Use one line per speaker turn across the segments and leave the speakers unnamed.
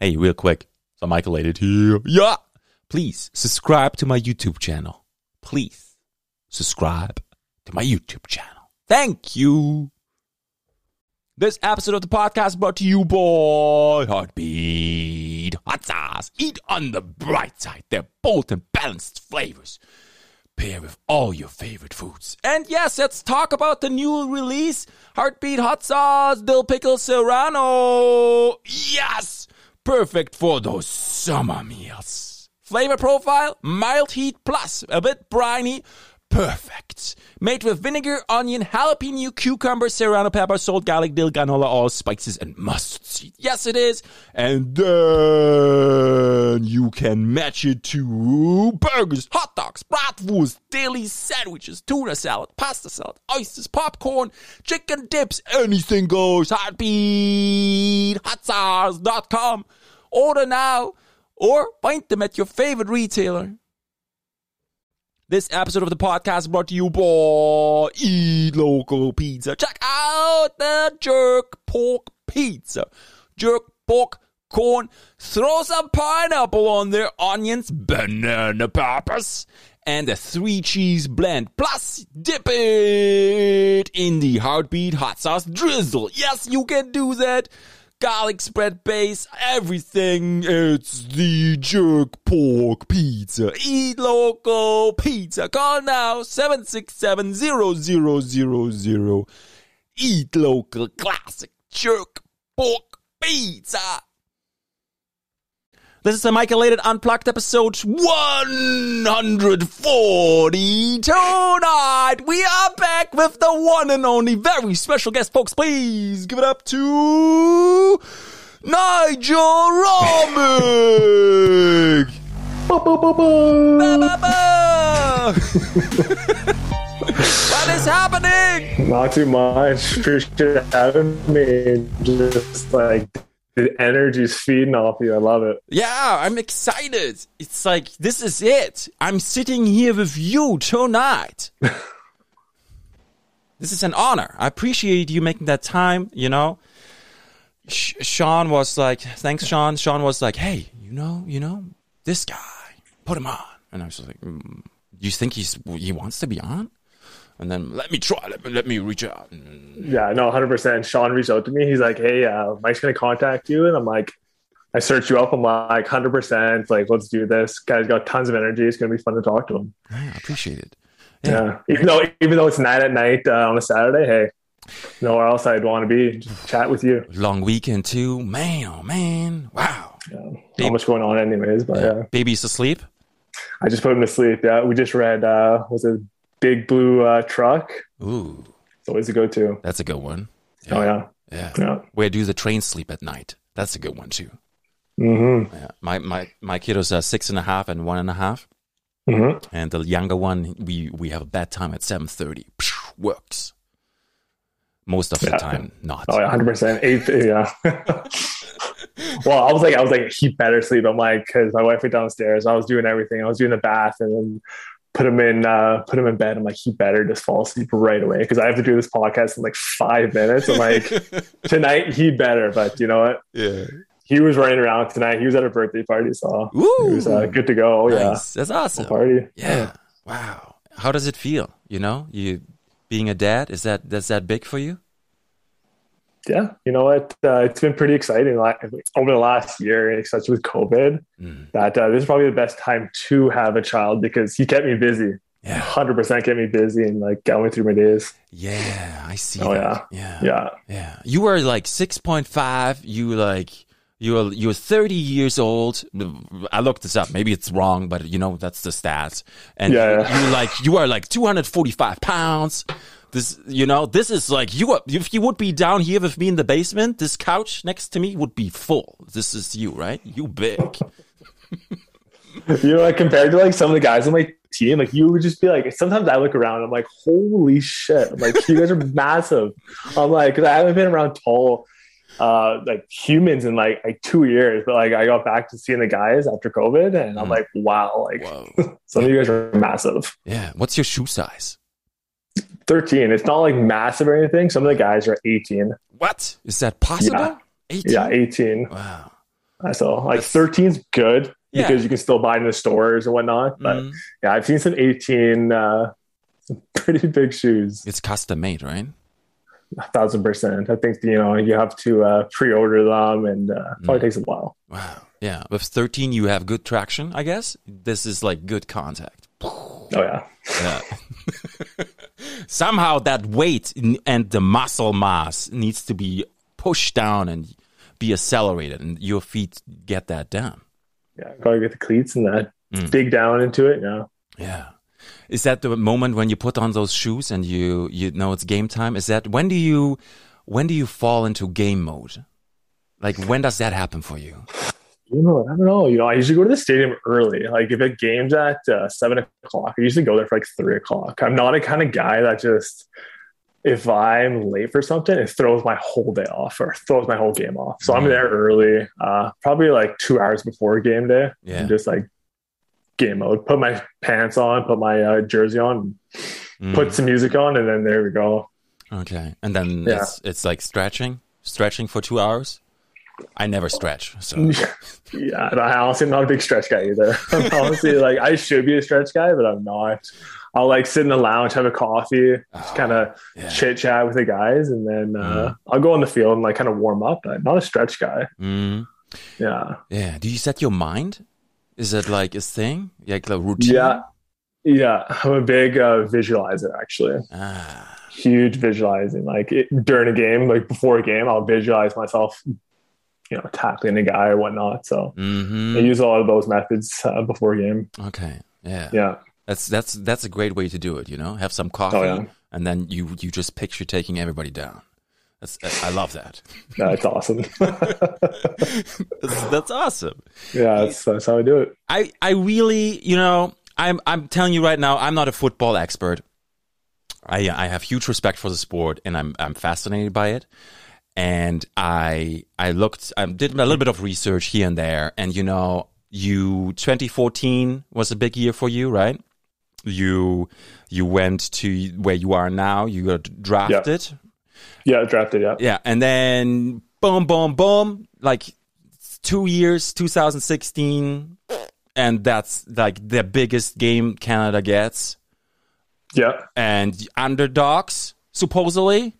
Hey, real quick. So Michael Aided here. Yeah. Please subscribe to my YouTube channel. Please subscribe to my YouTube channel. Thank you. This episode of the podcast brought to you by Heartbeat. Hot sauce. Eat on the bright side. They're bold and balanced flavors. Pair with all your favorite foods. And yes, let's talk about the new release Heartbeat Hot Sauce Dill Pickle Serrano. Yes! Perfect for those summer meals. Flavor profile mild heat plus a bit briny. Perfect. Made with vinegar, onion, jalapeno, cucumber, serrano pepper, salt, garlic, dill, granola, all spices, and mustard seed. Yes, it is. And then you can match it to burgers, hot dogs, bratwurst, daily sandwiches, tuna salad, pasta salad, oysters, popcorn, chicken dips, anything goes. Heartbeat, hotsauce.com. Order now or find them at your favorite retailer. This episode of the podcast brought to you by Eat Local Pizza. Check out the jerk pork pizza. Jerk pork corn. Throw some pineapple on there, onions, banana peppers, and a three cheese blend. Plus, dip it in the heartbeat hot sauce drizzle. Yes, you can do that. Garlic spread base, everything. It's the jerk pork pizza. Eat local pizza. Call now 767 0000. Eat local classic jerk pork pizza. This is the Michael Lated Unplugged episode 140. Tonight we are back with the one and only very special guest, folks. Please give it up to Nigel Romig. Ba, ba, ba. what is happening?
Not too much. Appreciate having me. Just like the energy's feeding off you. I love it.
Yeah, I'm excited. It's like this is it. I'm sitting here with you tonight. this is an honor. I appreciate you making that time. You know, Sh- Sean was like, "Thanks, Sean." Sean was like, "Hey, you know, you know, this guy, put him on." And I was just like, mm, "You think he's he wants to be on?" And then let me try. Let me, let me reach out.
Yeah, no, 100%. Sean reached out to me. He's like, hey, uh, Mike's going to contact you. And I'm like, I searched you up. I'm like, 100%. Like, let's do this. Guy's got tons of energy. It's going to be fun to talk to him.
Yeah, I appreciate it.
Yeah. Even though even though it's nine at night uh, on a Saturday, hey, nowhere else I'd want to be. Just chat with you.
Long weekend too, man. Oh man, wow.
Not much going on, anyways. But yeah,
Baby's asleep.
I just put him to sleep. Yeah. We just read, uh, was it Big Blue uh, Truck?
Ooh,
It's always a go to.
that's a good one.
Oh, yeah.
Yeah.
Yeah.
Where do the trains sleep at night? That's a good one too.
Mm-hmm.
Yeah. My my my kiddos are six and a half and one and a half,
Mm-hmm.
and the younger one we we have a bedtime at seven thirty. Works. Most of the
Yeah.
time, not.
Oh yeah, hundred percent. Eight, yeah. well, I was like, I was like, he better sleep. I'm like, because my wife went downstairs. I was doing everything. I was doing the bath and then put him in, uh, put him in bed. I'm like, he better just fall asleep right away because I have to do this podcast in like five minutes. I'm like, tonight he better. But you know what?
yeah.
He was running around tonight. He was at a birthday party, so he was uh,
Ooh,
good to go. Oh, yeah,
nice. That's awesome.
party.
Yeah. Wow. How does it feel? You know, you being a dad is that that's that big for you?
yeah, you know what? Uh, it's been pretty exciting like, over the last year, especially with COVID.
Mm.
That uh, this is probably the best time to have a child because he kept me busy.
Yeah.
Hundred percent kept me busy and like got me through my days.
Yeah. I see.
Oh,
that. Yeah.
Yeah,
Yeah, you were like six point five. You like you were you were thirty years old. I looked this up. Maybe it's wrong, but you know that's the stats. And
Yeah, yeah.
you, you like you are like two hundred forty five pounds. This you know this is like you are, if you would be down here with me in the basement. This couch next to me would be full. This is you, right? You big.
you know, like compared to like some of the guys on my team, like you would just be like. Sometimes I look around, I'm like, holy shit! I'm like you guys are massive. I'm like, 'cause I haven't been around tall, uh, like humans in like like two years, but like I got back to seeing the guys after COVID, and I'm
Mm.
like, wow, like
Whoa.
some of you guys are massive.
Yeah. What's your shoe size?
13. It's not like massive or anything. Some of the guys are 18.
What is that possible? 18?
Yeah, 18.
Wow.
Uh, So like
That's-
13's good
Yeah.
because you can still buy it in the stores and whatnot. But
Mm.
yeah, I've seen some 18, uh, some pretty big shoes.
It's custom made, right?
A thousand percent. I think you know you have to uh, pre-order them, and uh, probably
Mm.
takes a while.
Wow. Yeah. With 13, you have good traction, I guess. This is like good contact.
Oh yeah,
Yeah. Somehow that weight n- and the muscle mass needs to be pushed down and be accelerated, and your feet get that down.
yeah. Gotta get the cleats and that.
Mm.
Dig down into it. Yeah.
Yeah. Is that the moment when you put on those shoes and you you know it's game time? Is that when do you when do you fall into game mode? Like when does that happen for you?
You know, I don't know. You know, I usually go to the stadium early. Like if it games at uh, seven o'clock, I usually go there for like three o'clock. I'm not a kind of guy that just if I'm late for something, it throws my whole day off or throws my whole game off. So I'm
Mhm.
there early, uh, probably like two hours before game day.
Yeah.
and just like game mode. Put my pants on, put my uh, jersey on,
Mm.
put some music on, and then there we go.
Okay, and then
Yeah.
it's it's like stretching, stretching for two hours. I never stretch, so
yeah, and I honestly am not a big stretch guy either. I'm honestly like I should be a stretch guy, but I'm not. I'll like sit in the lounge, have a coffee, just kind of
uh, yeah.
chit chat with the guys, and then uh, I'll go on the field and like kind of warm up. I'm not a stretch guy.
Mm.
Yeah,
yeah. Do you set your mind? Is it like a thing, like a routine?
yeah, yeah. I'm a big uh, visualizer actually.
Ah,
huge visualizing like it, during a game like before a game i'll visualize myself you know tackling a guy or whatnot so i
hmm
use a lot of those methods uh, before a game
Okay, yeah.
yeah Oh,
That's that's that's a great way to do it. You know, have some coffee,
yeah.
and then you you just picture taking everybody down. That's I- I love that.
that's awesome
that's, that's awesome.
yeah that's, that's how i do it
I, I really, you know, I'm I'm telling you right now, I'm not a football expert. I I have huge respect for the sport, and I'm I'm fascinated by it. And I I looked, I did a little bit of research here and there, and you know, you 2014 was a big year for you, right? You you went to where you are now. You got drafted,
yeah drafted yeah
yeah, and then boom, boom, boom, like two years, 2016, and that's like the biggest game Canada gets,
yeah
and underdogs supposedly,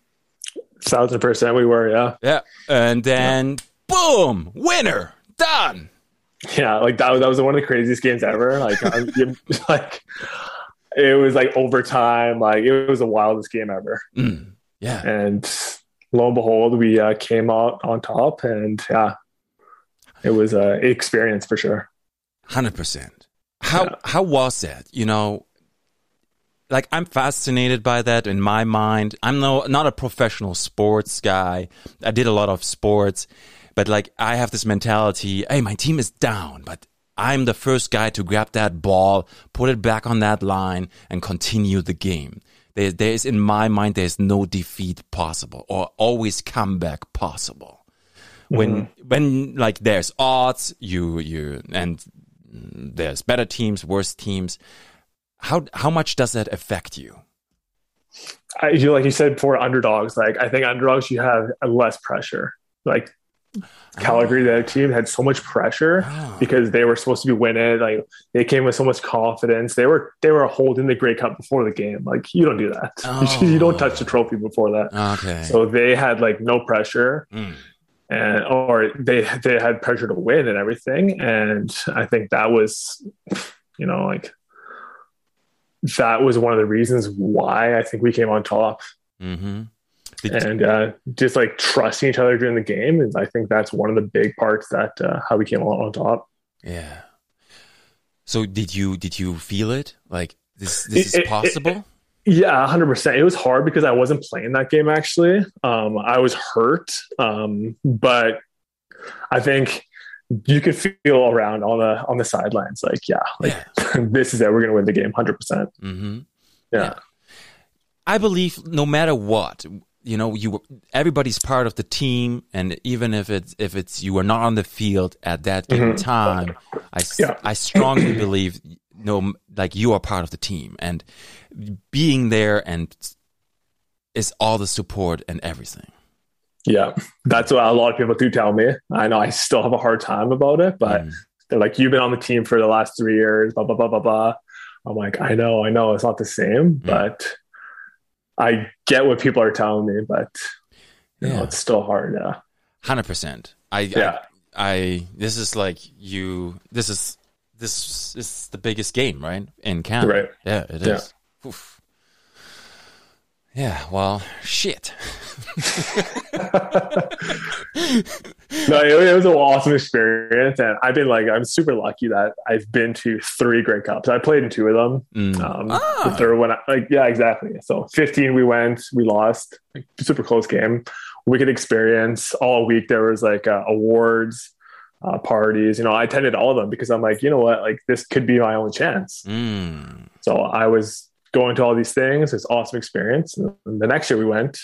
thousand percent we were yeah
yeah, and then boom, winner, done.
yeah like that, was- that was one of the craziest games ever like I, you- like it was like overtime like it was the wildest game ever
Mm, Yeah,
and lo and behold, we uh, came out on top, and yeah, it was an experience for sure.
hundred percent. How how was that? You know, like I'm fascinated by that in my mind. I'm no not a professional sports guy. I did a lot of sports, but like I have this mentality, hey, my team is down, but I'm the first guy to grab that ball, put it back on that line and continue the game. There, there is in my mind there's no defeat possible or always comeback possible. When when like there's odds, you you and mm, there's better teams, worse teams how how much does that affect you?
I, you like you said before, underdogs. Like I think underdogs, you have less pressure. Like
Oh.
Calgary, the other team had so much pressure
Ah.
because they were supposed to be winning. Like they came with so much confidence. They were they were holding the Grey Cup before the game. Like you don't do that.
Oh.
you don't touch the trophy before that.
Okay.
So they had like no pressure.
Mm.
and or they they had pressure to win and everything and i think that was you know like that was one of the reasons why i think we came on top
hmm
and uh, just like trusting each other during the game and i think that's one of the big parts that uh, how we came on on top
yeah. So did you did you feel it? Like this this
It-
is
it-
possible?
yeah 100% it was hard because i wasn't playing that game actually um, i was hurt um, but i think you could feel around on the on the sidelines like yeah like
yeah.
this is it we're gonna win the game 100%
hmm
Yeah.
I believe no matter what, you know, you everybody's part of the team, and even if it's if it's you are not on the field at that given
Mhm.
time, I s-
Yeah.
I strongly believe no, like you are part of the team, and being there and is all the support and everything.
Yeah, that's what a lot of people do tell me. I know I still have a hard time about it, but
Mm.
they're like, "You've been on the team for the last three years." Blah blah blah blah blah. I'm like, I know, I know, it's not the same,
Mm.
but I get what people are telling me, but you know,
yeah,
it's still hard. Yeah,
hundred percent. I,
yeah,
I I this is like you. This is this is the biggest game right in Canada.
right.
Yeah, it
Yeah.
is. Oof. Yeah. Well, shit.
No, it, it was an awesome experience, and I've been like, I'm super lucky that I've been to three Grey Cups. I played in two of them.
Mm.
Um,
Ah.
The third one, like, yeah, exactly. So 15, we went, we lost, like, super close game. Wicked experience all week. There was like uh, awards, uh, parties. You know, I attended all of them because I'm like, you know what, like this could be my only chance.
Mm.
So I was going to all these things. It's awesome experience. And the next year we went,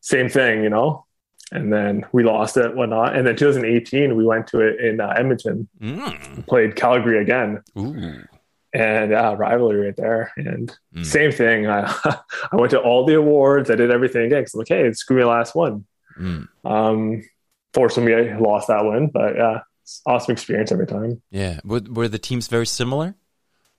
same thing, you know. And then we lost it, whatnot. And then 2018, we went to it in uh, Edmonton,
Mm.
played Calgary again,
Ooh.
and uh, rivalry right there. And
Mm.
same thing. I, I went to all the awards. I did everything again. 'cause I'm like, hey, screw my last one.
Mm.
Um, fortunately, I lost that one, but yeah, it's awesome experience every time.
Yeah. Were, were the teams very similar,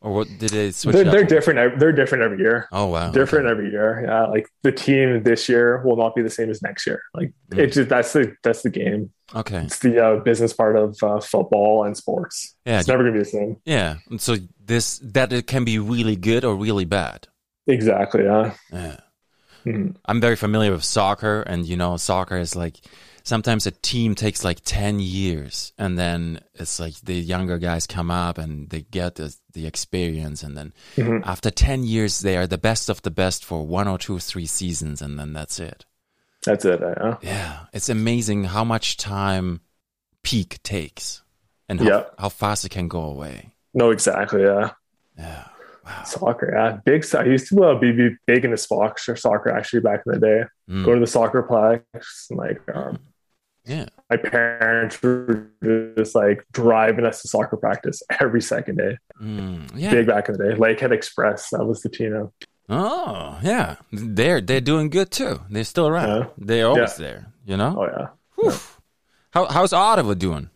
or what did they switch?
They're,
up?
they're different. ev- They're different every year.
Oh wow.
different every year. Yeah, like the team this year will not be the same as next year. Like
Mm.
it's just that's the that's the game.
Okay.
It's the uh, business part of uh, football and sports.
Yeah.
It's never gonna be the same.
Yeah. And so this that it can be really good or really bad.
Exactly. Yeah.
Yeah.
Mhm.
I'm very familiar with soccer, and you know, soccer is like sometimes a team takes like ten years, and then it's like the younger guys come up and they get the, the experience, and then
Mhm.
after ten years, they are the best of the best for one or two or three seasons, and then that's it.
That's it. Yeah.
Yeah, it's amazing how much time peak takes, and how,
Yeah.
how fast it can go away.
No, exactly. Yeah.
Yeah, wow.
Soccer. Yeah. Big. so- I used to uh, be, be big into soccer, soccer actually back in the day.
Mm.
Go to the soccer plex. And, like um,
Yeah,
my parents were just like driving us to soccer practice every second day.
Mm. yeah.
Big back in the day. Lakehead Express. That was the team. uh,
Oh yeah, they're they're doing good too. They're still around.
Yeah.
They're always there. You know.
Oh yeah.
Whew. How how's Ottawa doing?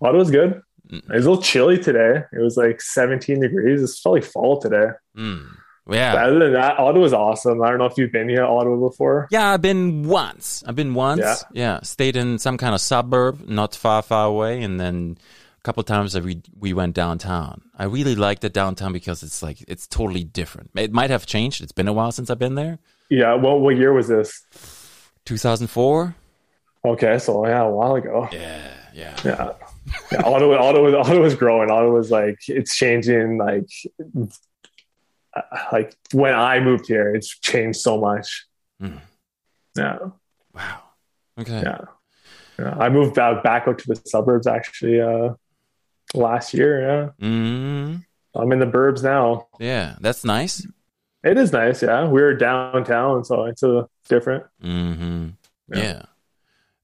Ottawa's good.
Mm.
It was a little chilly today. It was like 17 degrees. It's probably fall today.
Mm.
But
Yeah,
other than that, Ottawa's awesome. I don't know if you've been here, to Ottawa, before.
yeah. I've been once. I've been once.
Yeah.
Stayed in some kind of suburb, not far far away, and then a couple times we we went downtown. I really like the downtown because it's like it's totally different. It might have changed. It's been a while since I've been there.
Yeah. Well, what year was this?
2004.
Okay, so yeah, a while ago.
Yeah, yeah.
Yeah. yeah Ottawa, Ottawa, Ottawa's growing. Ottawa's like it's changing. Like, uh, like when I moved here, it's changed so much.
Mm.
Yeah.
Wow. Okay.
Yeah. yeah. I moved back back out to the suburbs actually uh, last year.
Mm,
Yeah, I'm in the burbs now.
yeah. That's nice.
It is nice, yeah. We were downtown, so it's a different.
hmm Yeah.
Yeah.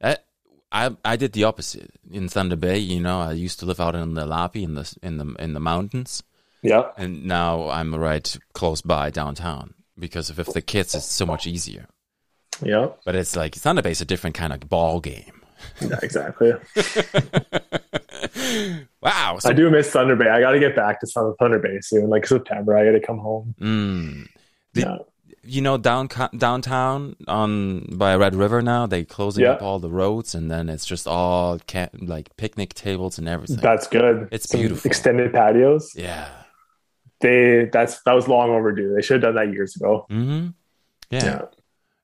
I, I I did the opposite in Thunder Bay. You know, I used to live out in the Lapi in the in the in the mountains,
Yeah,
and now I'm right close by downtown because of if the kids, it's so much easier.
yeah,
But it's like Thunder Bay is a different kind of ball game.
yeah exactly.
wow. So,
I do miss Thunder Bay. I got to get back to Sun- Thunder Bay soon, like September. I got to come home.
Mm. Did-
Yeah.
you know down, downtown on by Red River now they closing
Yeah.
up all the roads and then it's just all ca- like picnic tables and everything.
That's good.
It's
Some
beautiful.
Extended patios.
yeah.
They that's that was long overdue. They should have done that years ago.
hmm Yeah.
Yeah.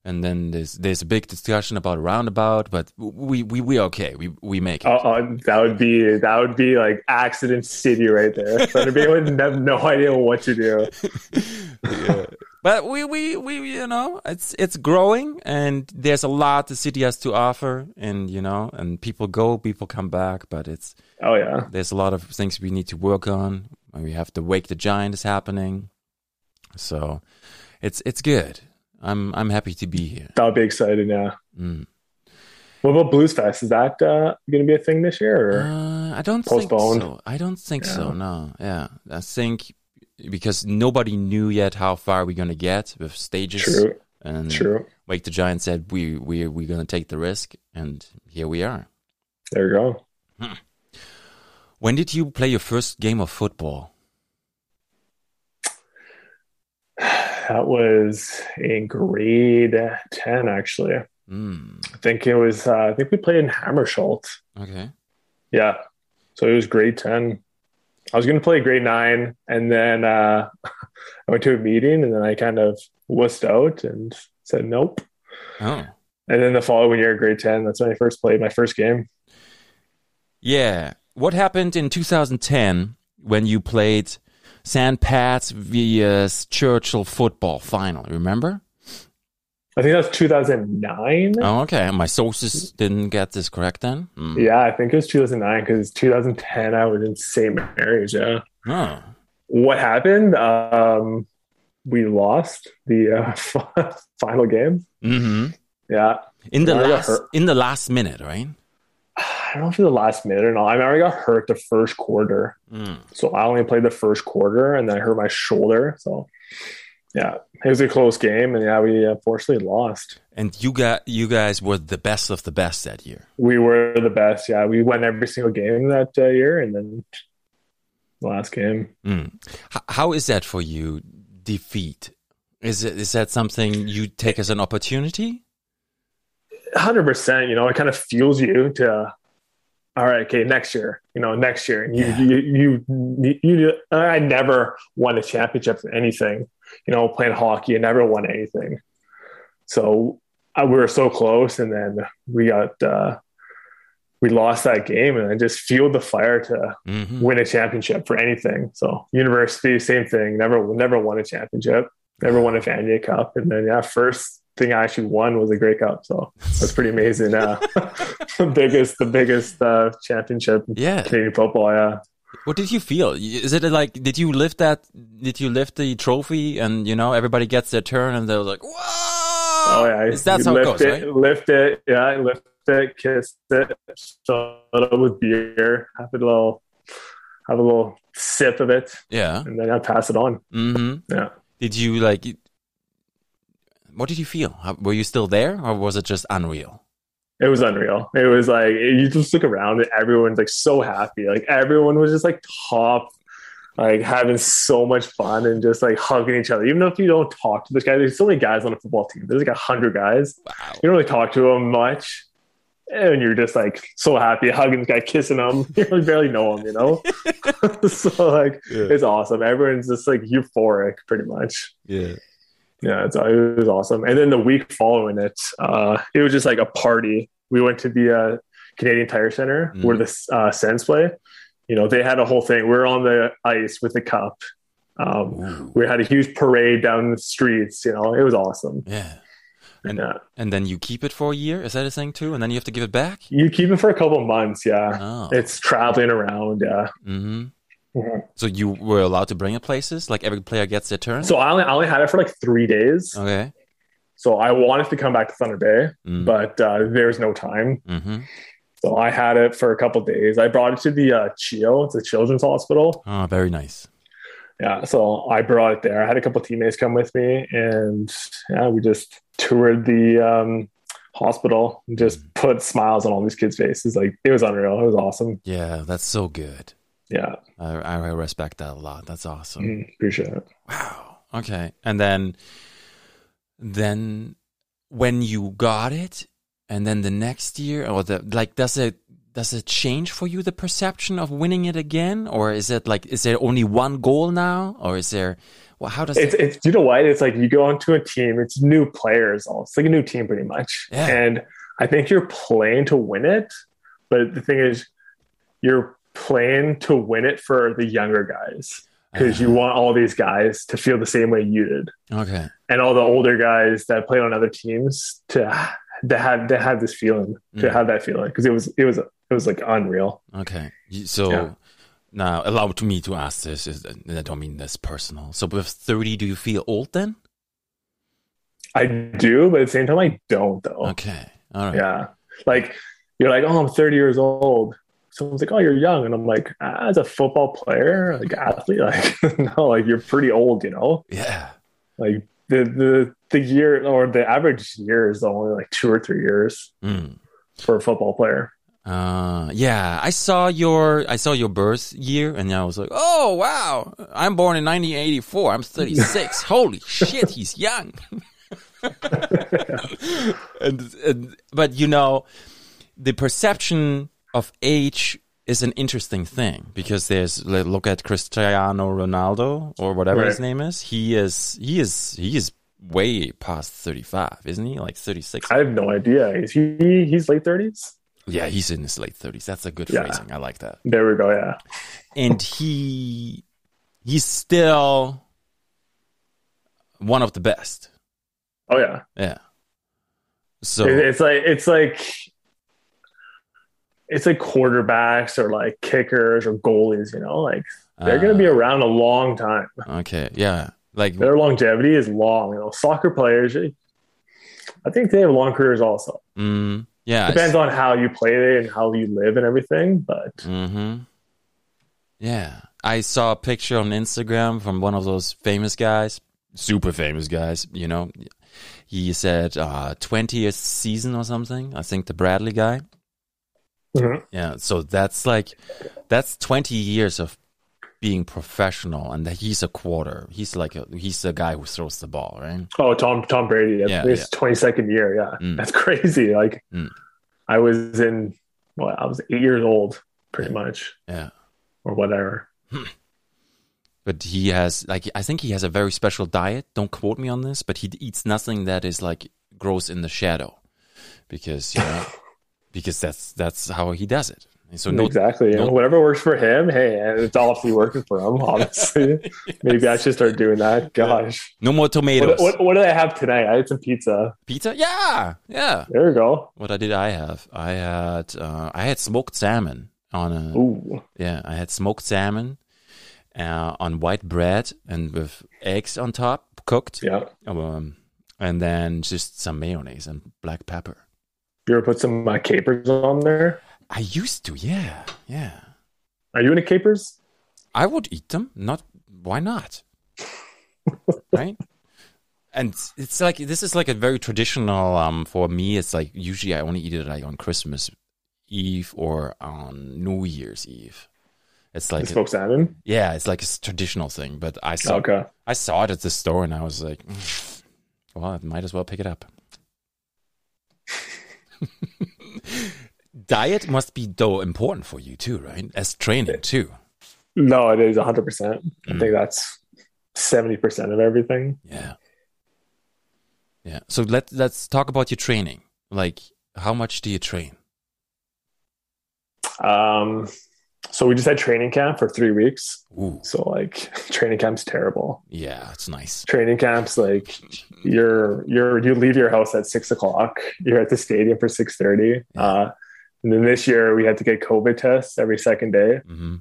And then there's there's a big discussion about a roundabout, but we we we okay. We we make it.
Uh, uh, that would be that would be like accident city right there. Thunder Bay would have no idea what to do.
But we, we we you know it's it's growing, and there's a lot the city has to offer, and you know, and people go, people come back, but it's
Oh yeah,
there's a lot of things we need to work on. and We have to wake the giant is happening, so it's it's good. I'm I'm happy to be here.
that would be exciting. Yeah.
Mm.
What about Blues Fest? Is that uh, going to be a thing this year? Or?
Uh, I don't
Postponed.
think so. I don't think so.
Yeah.
No, yeah, I think because nobody knew yet how far we're gonna get with stages
true.
and
True.
Wake the Giant said, "We we we're gonna take the risk," and here we are.
There we go.
When did you play your first game of football?
That was in grade ten, actually. I
Hmm.
think it was. Uh, I think we played in Hammersholt.
Okay.
Yeah, so it was grade ten. I was going to play grade nine, and then uh, I went to a meeting, and then I kind of wussed out and said nope.
Oh.
And then the following year, grade ten, that's when I first played my first game.
Yeah. What happened in 2010 when you played St. Pat's vs Churchill football final? Remember?
I think that was 2009.
Oh, okay. My sources didn't get this correct then. Hmm.
Yeah, I think it was 2009 because 2010 I was in St. Mary's. Yeah.
Oh.
What happened? Um, we lost the uh, fi- final game.
hmm
Yeah.
In the
Yeah, I got
last
hurt.
in the last minute, right?
I don't know if it was the last minute or not. I remember I got hurt the first quarter.
Mm.
So I only played the first quarter and then I hurt my shoulder. So yeah, it was a close game. And yeah, we unfortunately lost.
And you got you guys were the best of the best that year.
We were the best. Yeah. We won every single game that uh, year. And then the last game.
Mm. H- how is that for you? Defeat is it, is that something you take as an opportunity?
hundred percent. You know, it kind of fuels you to, all right, okay, next year. You know, next year, and you,
Yeah.
you, you, you, you. I never won a championship for anything. You know, playing hockey, I never won anything. So I, we were so close, and then we got uh, we lost that game, and I just fueled the fire to
hmm
win a championship for anything. So university, same thing. Never, never won a championship. Never won a Vanier Cup, and then yeah, first thing I actually won was a Grey Cup. So that's pretty amazing. Uh, the biggest, the biggest uh, championship in
Yeah.
Canadian football. Yeah,
What did you feel? Is it like did you lift that? Did you lift the trophy and you know everybody gets their turn and they're like, "Whoa!"
oh yeah.
Is that
You
how it
lift
goes,
it,
right?
Lift it, yeah. I lift it, kiss it, fill it up with beer, have a little, have a little sip of it,
Yeah.
and then I pass it on.
hmm
Yeah.
Did you like? What did you feel? How, were you still there, or was it just unreal?
It was unreal. It was like you just look around and everyone's like so happy. Like everyone was just like top, like having so much fun and just like hugging each other. Even if you don't talk to this guy, there's so many guys on a football team. There's like a hundred guys.
Wow.
You don't really talk to them much, and you're just like so happy hugging this guy, kissing him. You barely know him, you know. so like it's awesome. Everyone's just like euphoric, pretty much
Yeah.
yeah, it's, it was awesome. And then the week following it, uh, it was just like a party. We went to the uh, Canadian Tire Center
Mm.
where the uh, Sens play. You know, they had a whole thing. We were on the ice with the cup. Um,
Ooh.
we had a huge parade down the streets. You know, it was awesome.
Yeah. And-
And, yeah.
And then you keep it for a year. Is that a thing too? And then you have to give it back.
You keep it for a couple of months. Yeah.
Oh.
It's traveling around. Yeah.
Mhm.
Mhm.
So you were allowed to bring it places. Like every player gets their turn.
So I only, I only had it for like three days.
okay.
So I wanted to come back to Thunder Bay,
Mm.
but uh, there was no time.
hmm
So I had it for a couple days. I brought it to the uh, CHIO, it's a children's hospital.
Oh, very nice.
Yeah, so I brought it there. I had a couple teammates come with me, and yeah, we just toured the um, hospital and just
Mm.
put smiles on all these kids' faces. Like it was unreal. It was awesome.
Yeah, that's so good.
Yeah,
I, I respect that a lot. That's awesome.
mm, appreciate it.
Wow. Okay. And then, then when you got it, and then the next year, or the like, does it does it change for you the perception of winning it again, or is it like is there only one goal now, or is there? Well, how does
It's,
it?
it's you know what? It's like you go onto a team. It's new players. All it's like a new team, pretty much.
Yeah.
And I think you're playing to win it, but the thing is, you're playing to win it for the younger guys. because you want all these guys to feel the same way you did,
uh, okay.
and all the older guys that played on other teams to to have to have this feeling, to
Mm.
have that feeling, because it was it was it was like unreal.
Okay. You- So
Yeah.
now, allow to me to ask this. Is, I don't mean this personal. So with thirty, do you feel old then?
I do, but at the same time, I don't though.
Okay. All right.
Yeah, like you're like, oh, I'm 30 years old. Someone's like, oh, you're young, and I'm like, "Ah, as a football player, like athlete, like no, like you're pretty old, you know,
Yeah.
like the the the year or the average year is only like two or three years
Mm.
for a football player.
Uh, yeah, I saw your I saw your birth year, and I was like, oh wow, I'm born in 1984. I'm 36. Holy shit, he's young. and, and but you know, the perception of age is an interesting thing because there's like, look at Cristiano Ronaldo or whatever his
Right.
name is. He is he is he is way past 35, isn't he? Like 36.
I have no idea. Is he he's late thirties?
Yeah, he's in his late 30s. That's a good
Yeah.
phrasing. I like that.
There we go. Yeah.
and he he's still one of the best.
Oh yeah.
Yeah. So
It- it's like it's like it's like quarterbacks or like kickers or goalies. You know, like they're going to
Ah.
be around a long time.
uh, okay. Yeah. Like
Their longevity is long. You know, soccer players. I think they have long careers also.
mm, yeah.
Depends on how you play it and how you live and everything, but
Mm-hmm. Yeah. I saw a picture on Instagram from one of those famous guys, super famous guys, you know. He said uh 20th season or something. I think the Bradley guy.
Mhm.
Yeah, so that's like that's 20 years of being professional and that he's a quarter. He's like a, he's the guy who throws the ball, right?
Oh, Tom Tom Brady. That's
Yeah,
his
yeah.
twenty second year. Yeah,
Mm.
that's crazy. Like
Mm.
I was in, well, I was eight years old, pretty much,
Yeah.
or whatever.
But he has like I think he has a very special diet. Don't quote me on this, but he eats nothing that is like grows in the shadow. Because you know because that's that's how he does it. And so no
exactly. You know,
no-
whatever works for him. Hey, and it's obviously working for him. Honestly, maybe I should start doing that. Gosh,
no more tomatoes.
what, what, what did I have tonight? I had some pizza.
Pizza? Yeah. Yeah.
There we go.
What I did I have? I had uh, I had smoked salmon on a
Ooh,
Yeah, I had smoked salmon uh, on white bread and with eggs on top, cooked,
yeah.
um, and then just some mayonnaise and black pepper.
You ever put some uh, capers on there?
I used to, yeah, yeah.
Are you into capers?
I would eat them. Not why not? right? And it's like this is like a very traditional. Um, for me, it's like usually I only eat it like on Christmas Eve or on New Year's Eve. It's like
smoked salmon.
yeah, it's like a s- traditional thing. But I saw
Oh, Okay.
I saw it at the store and I was like, "Mm, well, I might as well pick it up. Diet must be though important for you too, right? As training too.
No, it is one hundred percent. I
Mm.
think that's seventy percent of everything.
Yeah. Yeah. So let let's talk about your training. Like how much do you train?
Um, so we just had training camp for three weeks.
Ooh.
So like training camp's terrible.
Yeah, it's nice.
Training camps like you're you're you leave your house at six o'clock. You're at the stadium for six thirty. Uh, and then this year we had to get COVID tests every second day.
hmm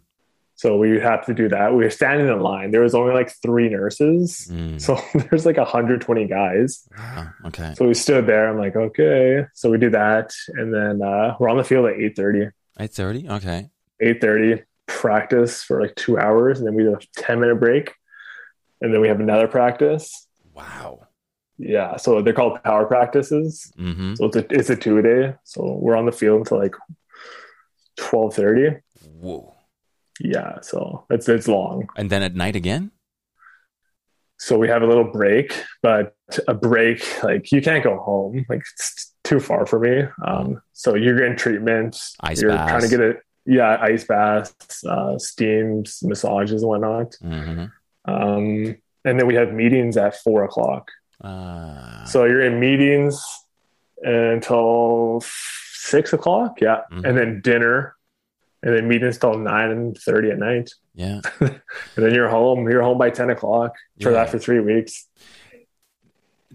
So we have to do that. We were standing in line. There was only like three nurses.
Hmm.
So there's like 120 guys.
Mm. Oh, okay.
So we stood there. I'm like, okay. So we do that, and then uh, we're on the field at 8:30.
Eight thirty? Okay.
8:30 practice for like two hours, and then we do a 10 minute break, and then we have another practice.
Wow.
Yeah, so they're called power practices.
hmm
So it's a, it's a two a day. So we're on the field until like 12:30.
Whoa.
Yeah, so it's it's long.
And then at night again?
So we have a little break, but a break like you can't go home. Like it's too far for me. Um, so you're in treatment.
Ice
you're
baths.
trying to get it. Yeah, ice baths, uh, steams, massages, and whatnot.
hmm
Um, and then we have meetings at four o'clock.
Uh,
So you're in meetings until six o'clock. Yeah.
Mhm.
And then dinner and then meetings till nine and thirty at night.
yeah.
And then you're home. You're home by 10 o'clock
Yeah.
for that for three weeks.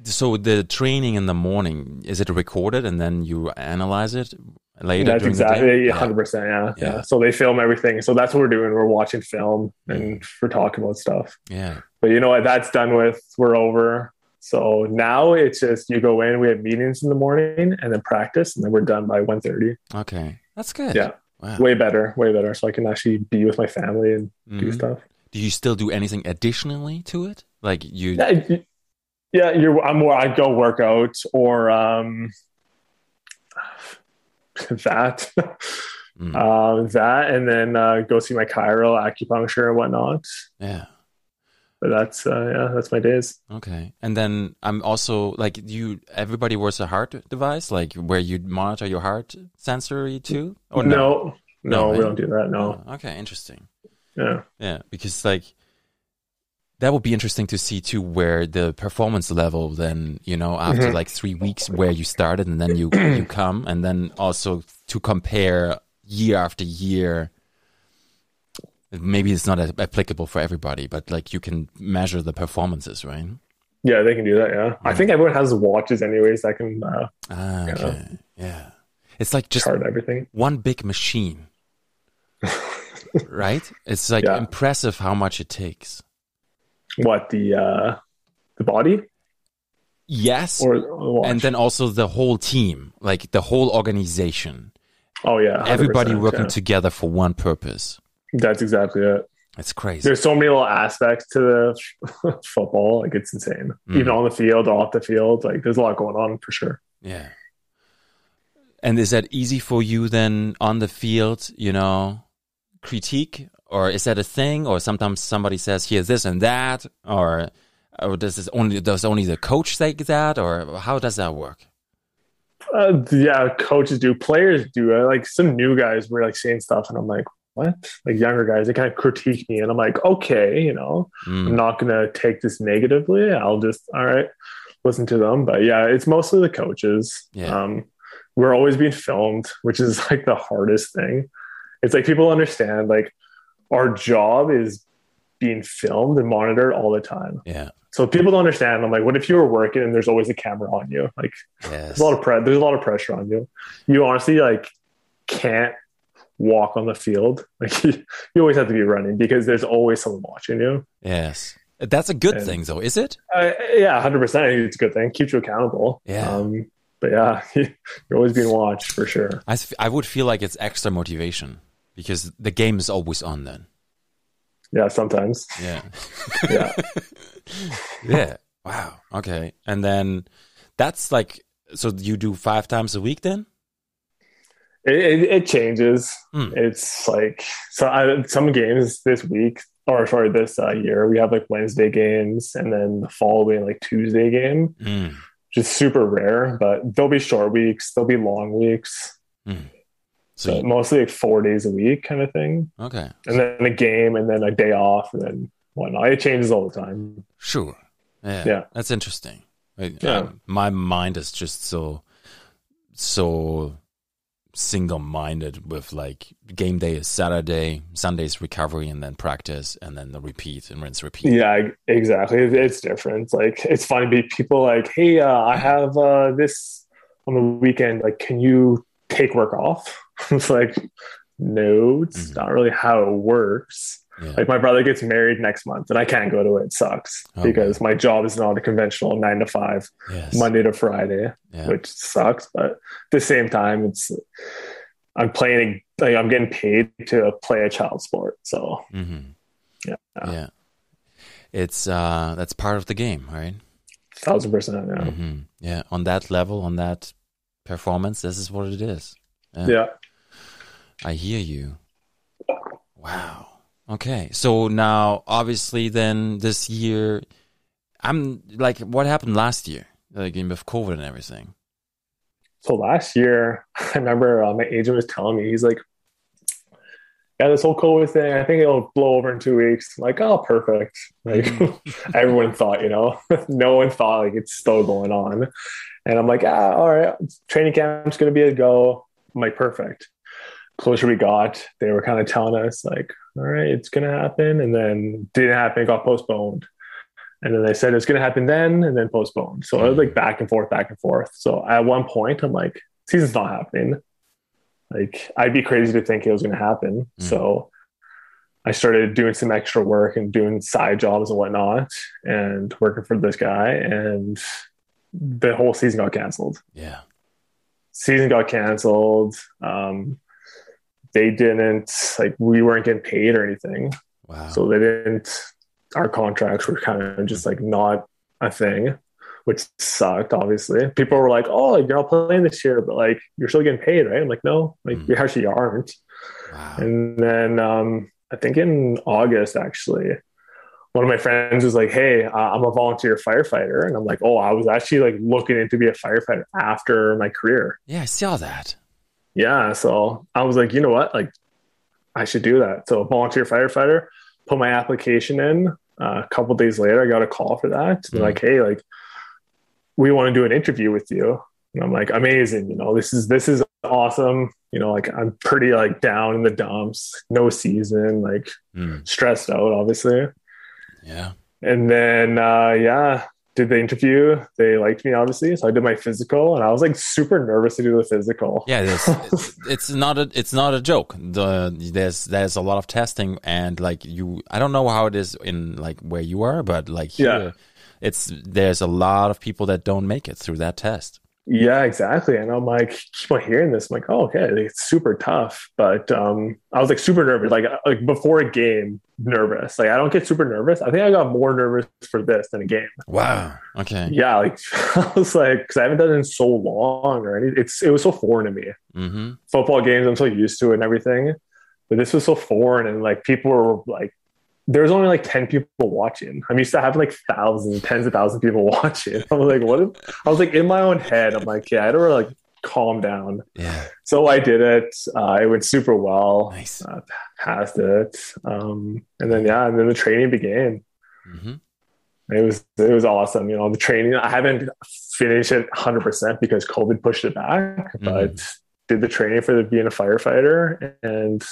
So the training in the morning is it recorded and then you analyze it later?
That's
during the day?
exactly
Yeah.
100%. Yeah,
Yeah.
yeah. So they film everything. So that's what we're doing. We're watching film and we're talking about stuff.
Yeah.
But you know what? That's done with. We're over. So now it's just you go in. We have meetings in the morning and then practice, and then we're done by 1.30.
Okay. That's good.
Yeah.
Wow.
Way better, way better. So I can actually be with my family and do
Mhm.
stuff.
Do you still do anything additionally to it? Like you?
Yeah, you- yeah, you're. I'm more. I go work out or um, that,
Mm.
um, that, and then uh, go see my chiro, acupuncture, and whatnot.
yeah.
But that's uh, yeah, that's my days.
Okay. And then I'm also like you. Everybody wears a heart device, like where you monitor your heart sensory too. Or
no, no,
Oh, No,
we
eh?
don't do that. No,
Oh, Okay. Interesting.
yeah,
Yeah, because like that would be interesting to see too, where the performance level then you know after
Mhm.
like three weeks where you started and then you you come and then also to compare year after year. Maybe it's not a- applicable for everybody, but like you can measure the performances, right?
yeah, they can do that. Yeah,
Mm.
I think everyone has watches anyways that can uh,
Ah,
Yeah.
okay, yeah. It's like just
chart everything.
one big machine, right? It's like
Yeah.
impressive how much it takes.
What the uh, the body
Yes,
or the watch?
and then also the whole team, like the whole organization,
oh yeah, 100%,
everybody working
yeah.
together for one purpose.
That's exactly it.
It's crazy.
There's so many little aspects to the f- football. Like it's insane.
Mhm.
Even on the field, off the field, like there's a lot going on for sure.
Yeah. And is that easy for you then on the field, you know, critique? Or is that a thing? Or sometimes somebody says, here's this and that? Or, or does, this only, does only the coach say that? Or how does that work?
Uh, yeah, coaches do, players do. I, like some new guys were like saying stuff, and I'm like, what? Like younger guys, they kind of critique me, and I'm like, okay, you know, I'm
Mm.
not gonna take this negatively. I'll just all right, listen to them. But yeah, it's mostly the coaches.
Yeah.
Um, we're always being filmed, which is like the hardest thing. It's like people understand like our job is being filmed and monitored all the time.
Yeah.
So people don't understand. I'm like, what if you were working and there's always a camera on you? Like
Yes.
there's a lot of pre- there's a lot of pressure on you. You honestly like can't walk on the field. Like you always have to be running because there's always someone watching you.
Yes. That's a good
And-
thing, though, is it?
Uh, yeah, hundred percent. I think It's a good thing. Keeps you accountable.
Yeah.
Um, but yeah, you're always being watched for sure.
I, f- I would feel like it's extra motivation because the game is always on then.
Yeah, sometimes.
Yeah.
Yeah.
yeah. Wow. Okay. And then that's like, so you do five times a week then?
it, it, it changes.
Hmm.
It's like so. I, some games this week, or sorry, this uh, year, we have like Wednesday games, and then the following like Tuesday game,
Mm.
which is super rare. But they'll be short weeks. They'll be long weeks.
So,
So
you-
mostly like four days a week, kind of thing,
okay.
and then a game, and then a day off, and then whatnot. It changes all the time.
Sure. Yeah.
Yeah.
That's interesting. Like,
Yeah.
um, my mind is just so, so single minded with like game day is Saturday, Sunday's recovery, and then practice, and then the repeat and rinse repeat.
Yeah, I- exactly. It- It's different. Like it's funny. be- People like, hey, uh, I have uh, this on the weekend. Like, can you take work off? it's like, no, it's
Mhm.
not really how it works.
Yeah.
Like my brother gets married next month, and I can't go to it. It sucks
Oh,
because my job is not a conventional nine to five,
Yes.
Monday to Friday
Yeah.
which sucks. But at the same time, it's I'm playing like I'm getting paid to play a child sport. So
Mm-hmm.
Yeah.
Yeah. It's uh that's part of the game, right?
thousand percent, yeah.
hmm Yeah. On that level, on that performance, this is what it is.
yeah.
I hear you. Wow. Okay. So now obviously then this year I'm like what happened last year? Like in with COVID and everything.
So last year, I remember uh, my agent was telling me, he's like, yeah, this whole COVID thing, I think it'll blow over in two weeks. I'm like, oh, perfect. Like everyone thought, you know, no one thought like it's still going on. And I'm like, ah, all right, training camp's going to be a go. I'm like, perfect. Closer we got, they were kind of telling us like, all right, it's going to happen. And then didn't happen. It got postponed. And then they said it's going to happen then and then postponed. So it was like back and forth, back and forth. So at one point, I'm like, season's not happening. Like, I'd be crazy to think it was going to happen.
Mm.
So I started doing some extra work and doing side jobs and whatnot and working for this guy. And the whole season got canceled
Yeah.
season got canceled. Um, they didn't like we weren't getting paid or anything,
Wow.
so they didn't. Our contracts were kind of just like not a thing. which sucked. Obviously, people were like, "Oh, like, you're not playing this year, but like you're still getting paid, right?" I'm like, "No, like
Mm.
we actually aren't."
Wow.
And then um, I think in August, actually, one of my friends was like, "Hey, uh, I'm a volunteer firefighter," and I'm like, "Oh, I was actually like looking into be a firefighter after my career."
yeah, I saw that.
Yeah, so I was like, you know what, like I should do that. So volunteer firefighter, put my application in. Uh, a couple days later, I got a call for that. They're
Mhm.
like, hey, like we want to do an interview with you. And I'm like, amazing. You know, this is this is awesome. You know, like I'm pretty like down in the dumps, no season, like
Mm,
stressed out, obviously.
yeah.
And then uh, yeah, did the interview. They liked me, obviously. So I did my physical, and I was like super nervous to do the physical.
Yeah, there's, it's, it's not a it's not a joke. The there's there's a lot of testing and like you I don't know how it is in like where you are, but like
Yeah.
here it's there's a lot of people that don't make it through that test.
Yeah, exactly. And I'm like, keep on hearing this. I'm like, oh, okay, it's super tough. But um, I was like super nervous, like uh, like before a game, nervous. Like I don't get super nervous. I think I got more nervous for this than a game.
Wow. Okay.
Yeah, like I was like, because I haven't done it in so long, or any, it's it was so foreign to me.
Mm-hmm.
Football games, I'm so used to it and everything, but this was so foreign, and like people were like. There was only like 10 people watching. I'm used to having like thousands, tens of thousands of people watching. I was like, what? If, I was like in my own head. I'm like, yeah, I don't really like calm down.
Yeah.
So I did it. Uh, it went super well.
Nice.
Uh, passed it, um, and then yeah, and then the training began.
Mm-hmm.
It was it was awesome. You know, the training. I haven't finished it 100 percent because COVID pushed it back,
Mm-hmm.
but did the training for the, being a firefighter, and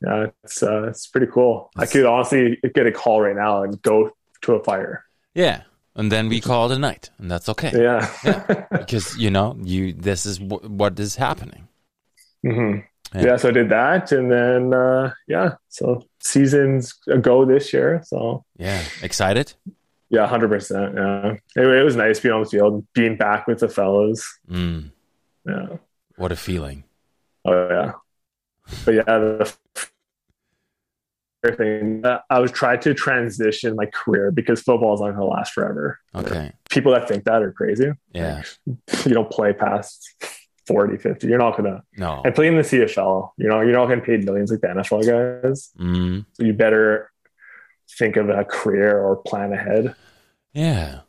yeah, it's uh, it's pretty cool. I
That's-
could honestly get a call right now and go to a fire.
Yeah. And then we call it a night, and that's okay
Yeah.
because you know you this is w- what is happening.
hmm
Yeah.
Yeah. so I did that, and then uh, yeah, so seasons ago this year. So
Yeah. Excited.
yeah, hundred percent. Yeah, it, it was nice being on the field, being back with the fellows.
Mm,
Yeah,
what a feeling.
oh yeah, but yeah, the f- thing. uh, I was trying to transition my career because football is not going to last forever.
Okay.
People that think that are crazy.
Yeah.
You don't play past 40, 50. You're not gonna.
No.
And playing in the CFL, you know, you're not gonna get paid millions like the NFL guys.
Mm,
So you better think of a career or plan ahead.
yeah.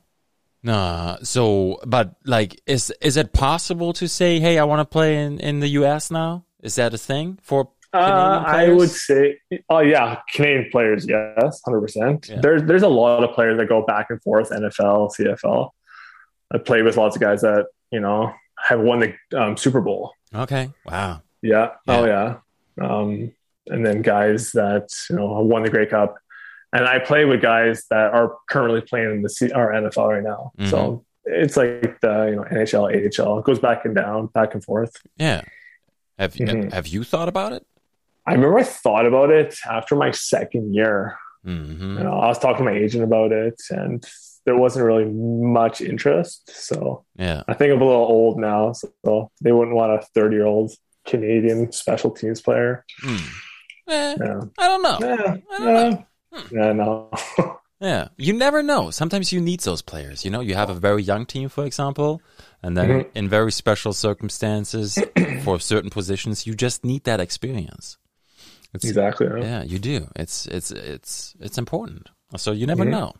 Nah. So, but like, is is it possible to say, hey, I want to play in in the U.S. now? Is that a thing for?
Uh,
Canadian
I
players?
would say, oh yeah, Canadian players, yes, hundred percent.
Yeah.
There's there's a lot of players that go back and forth, NFL, CFL. I play with lots of guys that you know have won the um, Super Bowl.
Okay. Wow.
Yeah. Oh yeah. Um, and then guys that you know have won the Grey Cup, and I play with guys that are currently playing in the C- our NFL right now. So
Mm-hmm.
it's like the you know NHL, AHL. It goes back and down, back and forth.
Yeah. Have
Mhm.
have you thought about it?
I remember I thought about it after my second year.
hmm
You know, I was talking to my agent about it, and there wasn't really much interest. So
Yeah.
I think I'm a little old now, so they wouldn't want a 30 year old Canadian special teams player.
Mm. Eh,
Yeah,
I don't know.
yeah,
I don't know.
yeah, yeah no.
Yeah, you never know. Sometimes you need those players. You know, you have a very young team, for example, and then
Mhm.
in very special circumstances for certain positions, you just need that experience. It's,
exactly. yeah.
Yeah, you do. It's it's it's it's important. So you never
Mhm.
know.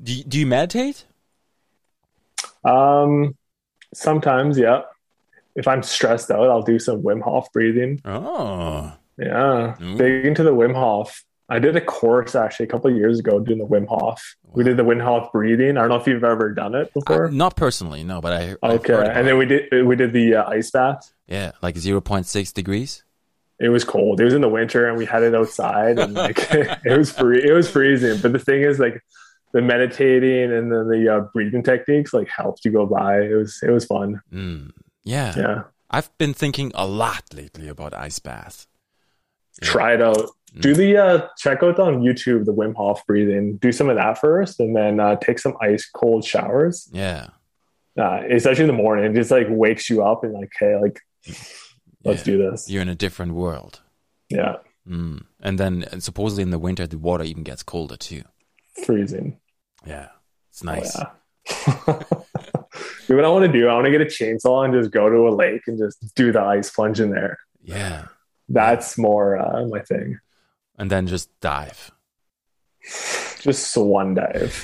do you- do you meditate?
Um, sometimes, yeah. If I'm stressed out, I'll do some Wim Hof breathing.
Oh,
Yeah,
Ooh.
big into the Wim Hof. I did a course actually a couple of years ago doing the Wim Hof. We did the Wim Hof breathing. I don't know if you've ever done it
I,
before.
not personally, no, but I I've
okay,
heard about
and
it.
then we did we did the uh, ice bath.
yeah, like zero point six degrees.
It was cold. It was in the winter, and we had it outside, and like it was free. It was freezing. But the thing is, like the meditating and then the uh, breathing techniques like helped you go by. It was it was fun.
Mm, yeah.
Yeah,
I've been thinking a lot lately about ice bath.
try it out.
Mm.
Do the uh, check out on YouTube the Wim Hof breathing. Do some of that first, and then uh, take some ice cold showers.
Yeah,
uh, especially in the morning. It just like wakes you up and like, hey, like let's
Yeah.
do this.
you're in a different world.
Yeah,
Mm. And then and supposedly in the winter, the water even gets colder too.
freezing.
Yeah. It's nice.
Oh, Yeah. You know what I want to do? I want to get a chainsaw and just go to a lake and just do the ice plunge in there.
yeah.
That's more uh, my thing.
And then just dive.
Just swan dive.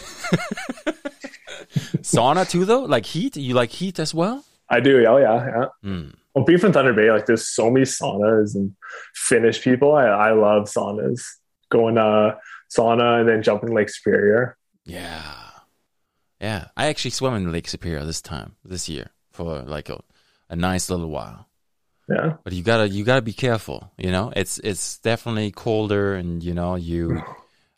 Sauna too, though. Like heat. You like heat as well.
I do. Oh yeah, yeah.
Hmm.
Well, being from Thunder Bay, like there's so many saunas and Finnish people. I, I love saunas. Going uh sauna and then jumping Lake Superior.
Yeah. Yeah. I actually swam in Lake Superior this time this year for like a, a nice little while.
Yeah.
but you gotta you gotta be careful you know it's it's definitely colder and you know you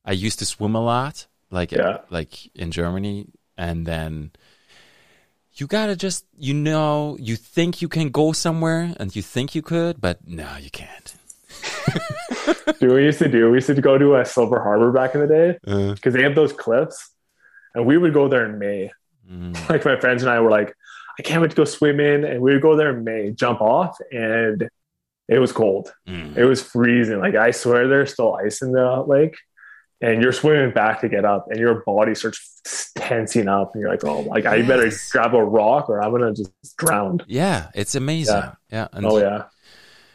i used to swim a lot like
Yeah.
like in germany and then you gotta just you know you think you can go somewhere and you think you could but no you can't
Dude, we used to do. We used to go to uh, Silver Harbor back in the day
uh,
because they have those cliffs, and we would go there in May.
mm,
Like my friends and I were like, I can't wait to go swim in, and we would go there in May, jump off, and it was cold.
mm.
It was freezing. Like I swear, there's still ice in the lake, and you're swimming back to get up, and your body starts tensing up, and you're like, oh, like I better
Yes.
grab a rock or I'm gonna just drown.
yeah it's amazing yeah,
Yeah.
and
oh yeah,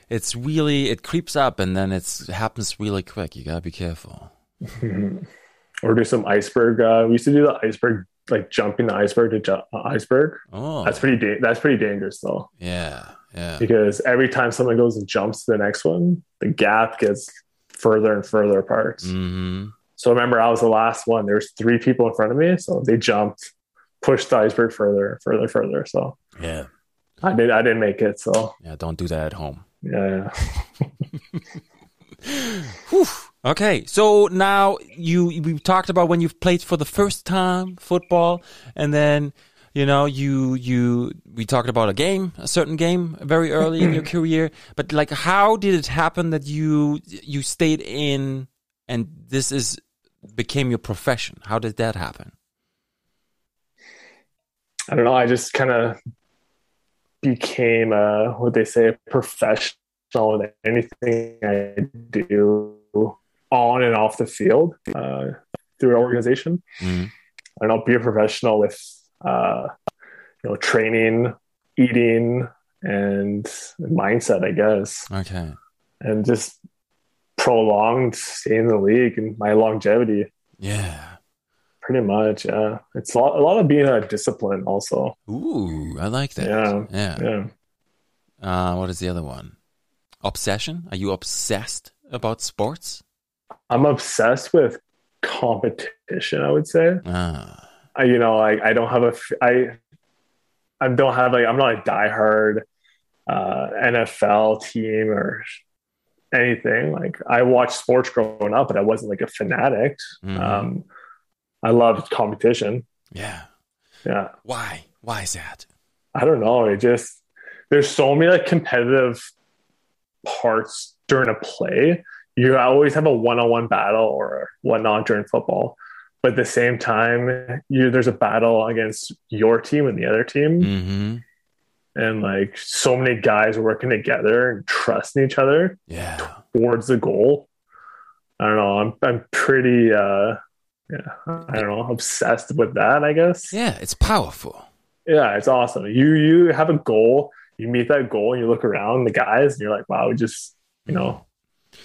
it's really it creeps up and then it's happens really quick you gotta be careful
Mhm. or do some iceberg. Uh, we used to do the iceberg, like jumping the iceberg to ju- uh, iceberg.
oh
That's pretty. Da- that's pretty dangerous though,
yeah yeah
because every time someone goes and jumps to the next one, the gap gets further and further apart.
hmm
So remember, I was the last one. There was three people in front of me, so they jumped, pushed the iceberg further, further, further. So
yeah
I did. I didn't make it. So
yeah don't do that at home
yeah,
Whew. Okay, so now you we talked about when you've played for the first time football, and then you know you you we talked about a game, a certain game, very early in your career. But like, how did it happen that you you stayed in and this is became your profession? How did that happen?
I don't know. I just kind of became a what they say a professional in anything I do on and off the field uh, through an organization.
Mm.
and I'll be a professional with uh, you know training, eating, and mindset, I guess,
Okay,
and just prolonged stay in the league and my longevity.
yeah.
Pretty much, yeah. It's a lot, a lot of being a discipline, also.
Ooh, I like that.
Yeah.
yeah.
Yeah,
Uh, what is the other one? Obsession? Are you obsessed about sports?
I'm obsessed with competition. I would say,
Ah.
I, you know, like I don't have a, f- I, I don't have like I'm not a diehard uh, NFL team or anything. Like I watched sports growing up, but I wasn't like a fanatic.
Mhm.
Um, I loved competition.
yeah.
Yeah,
Why? Why is that?
I don't know. It just there's so many like competitive parts during a play. You always have a one-on-one battle or whatnot during football, but at the same time, you there's a battle against your team and the other team.
Mm-hmm.
and like so many guys working together and trusting each other
Yeah.
towards the goal. I don't know. I'm I'm pretty uh yeah, I don't know, obsessed with that, I guess. Yeah,
Yeah, it's powerful.
it's awesome. You you have a goal, you meet that goal and you look around the guys and you're like, wow, we just, you know,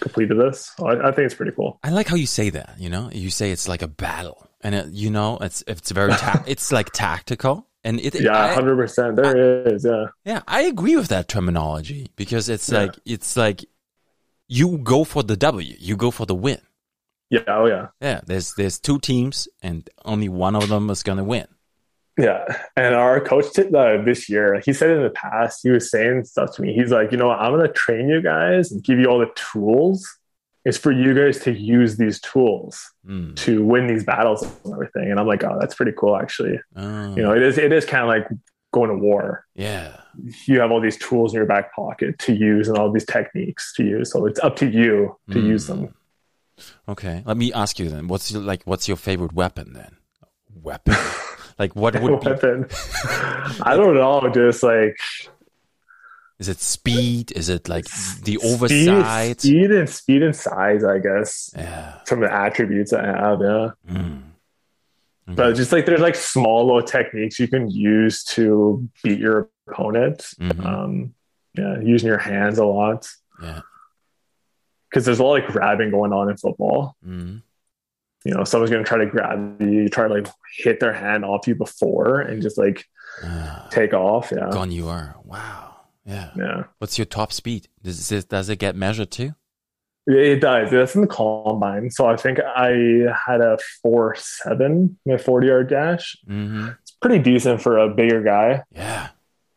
completed this. I, I think it's pretty cool.
I like how you say that, you know? You say it's like a battle. And it, you know, it's it's very ta- it's like tactical and it
Yeah,
I,
hundred percent. There it is. Yeah.
yeah, I agree with that terminology because it's
Yeah.
like it's like you go for the W, you go for the win.
Yeah, oh yeah.
Yeah, there's there's two teams and only one of them is going to win.
Yeah, and our coach did, uh, this year, he said in the past, he was saying stuff to me. He's like, you know, what? I'm going to train you guys and give you all the tools. It's for you guys to use these tools
Mm.
to win these battles and everything. And I'm like, oh, that's pretty cool, actually.
Oh,
You know, it is it is kind of like going to war.
yeah.
You have all these tools in your back pocket to use and all these techniques to use. So it's up to you to
Mm.
use them.
Okay. Let me ask you then. What's your like what's your favorite weapon then? Weapon? like what would be
Weapon. I don't know, just like
Is it speed? Is it like the
speed-
oversight?
speed and speed and size, I guess.
Yeah. Hmm.
some of the attributes I have. Yeah,
Mm.
But just like there's like small little techniques you can use to beat your opponent.
Mhm.
Um, yeah, using your hands a lot
yeah.
because there's a lot of grabbing going on in football.
Mhm.
You know, someone's going to try to grab you, try to like hit their hand off you before and just like
Ah,
take off. Yeah.
gone you are. Wow. Yeah.
Yeah.
What's your top speed? Does it, does it get measured too?
It- It does. That's in the combine. So I think I had a four seven, my forty yard dash.
hmm
It's pretty decent for a bigger guy.
Yeah.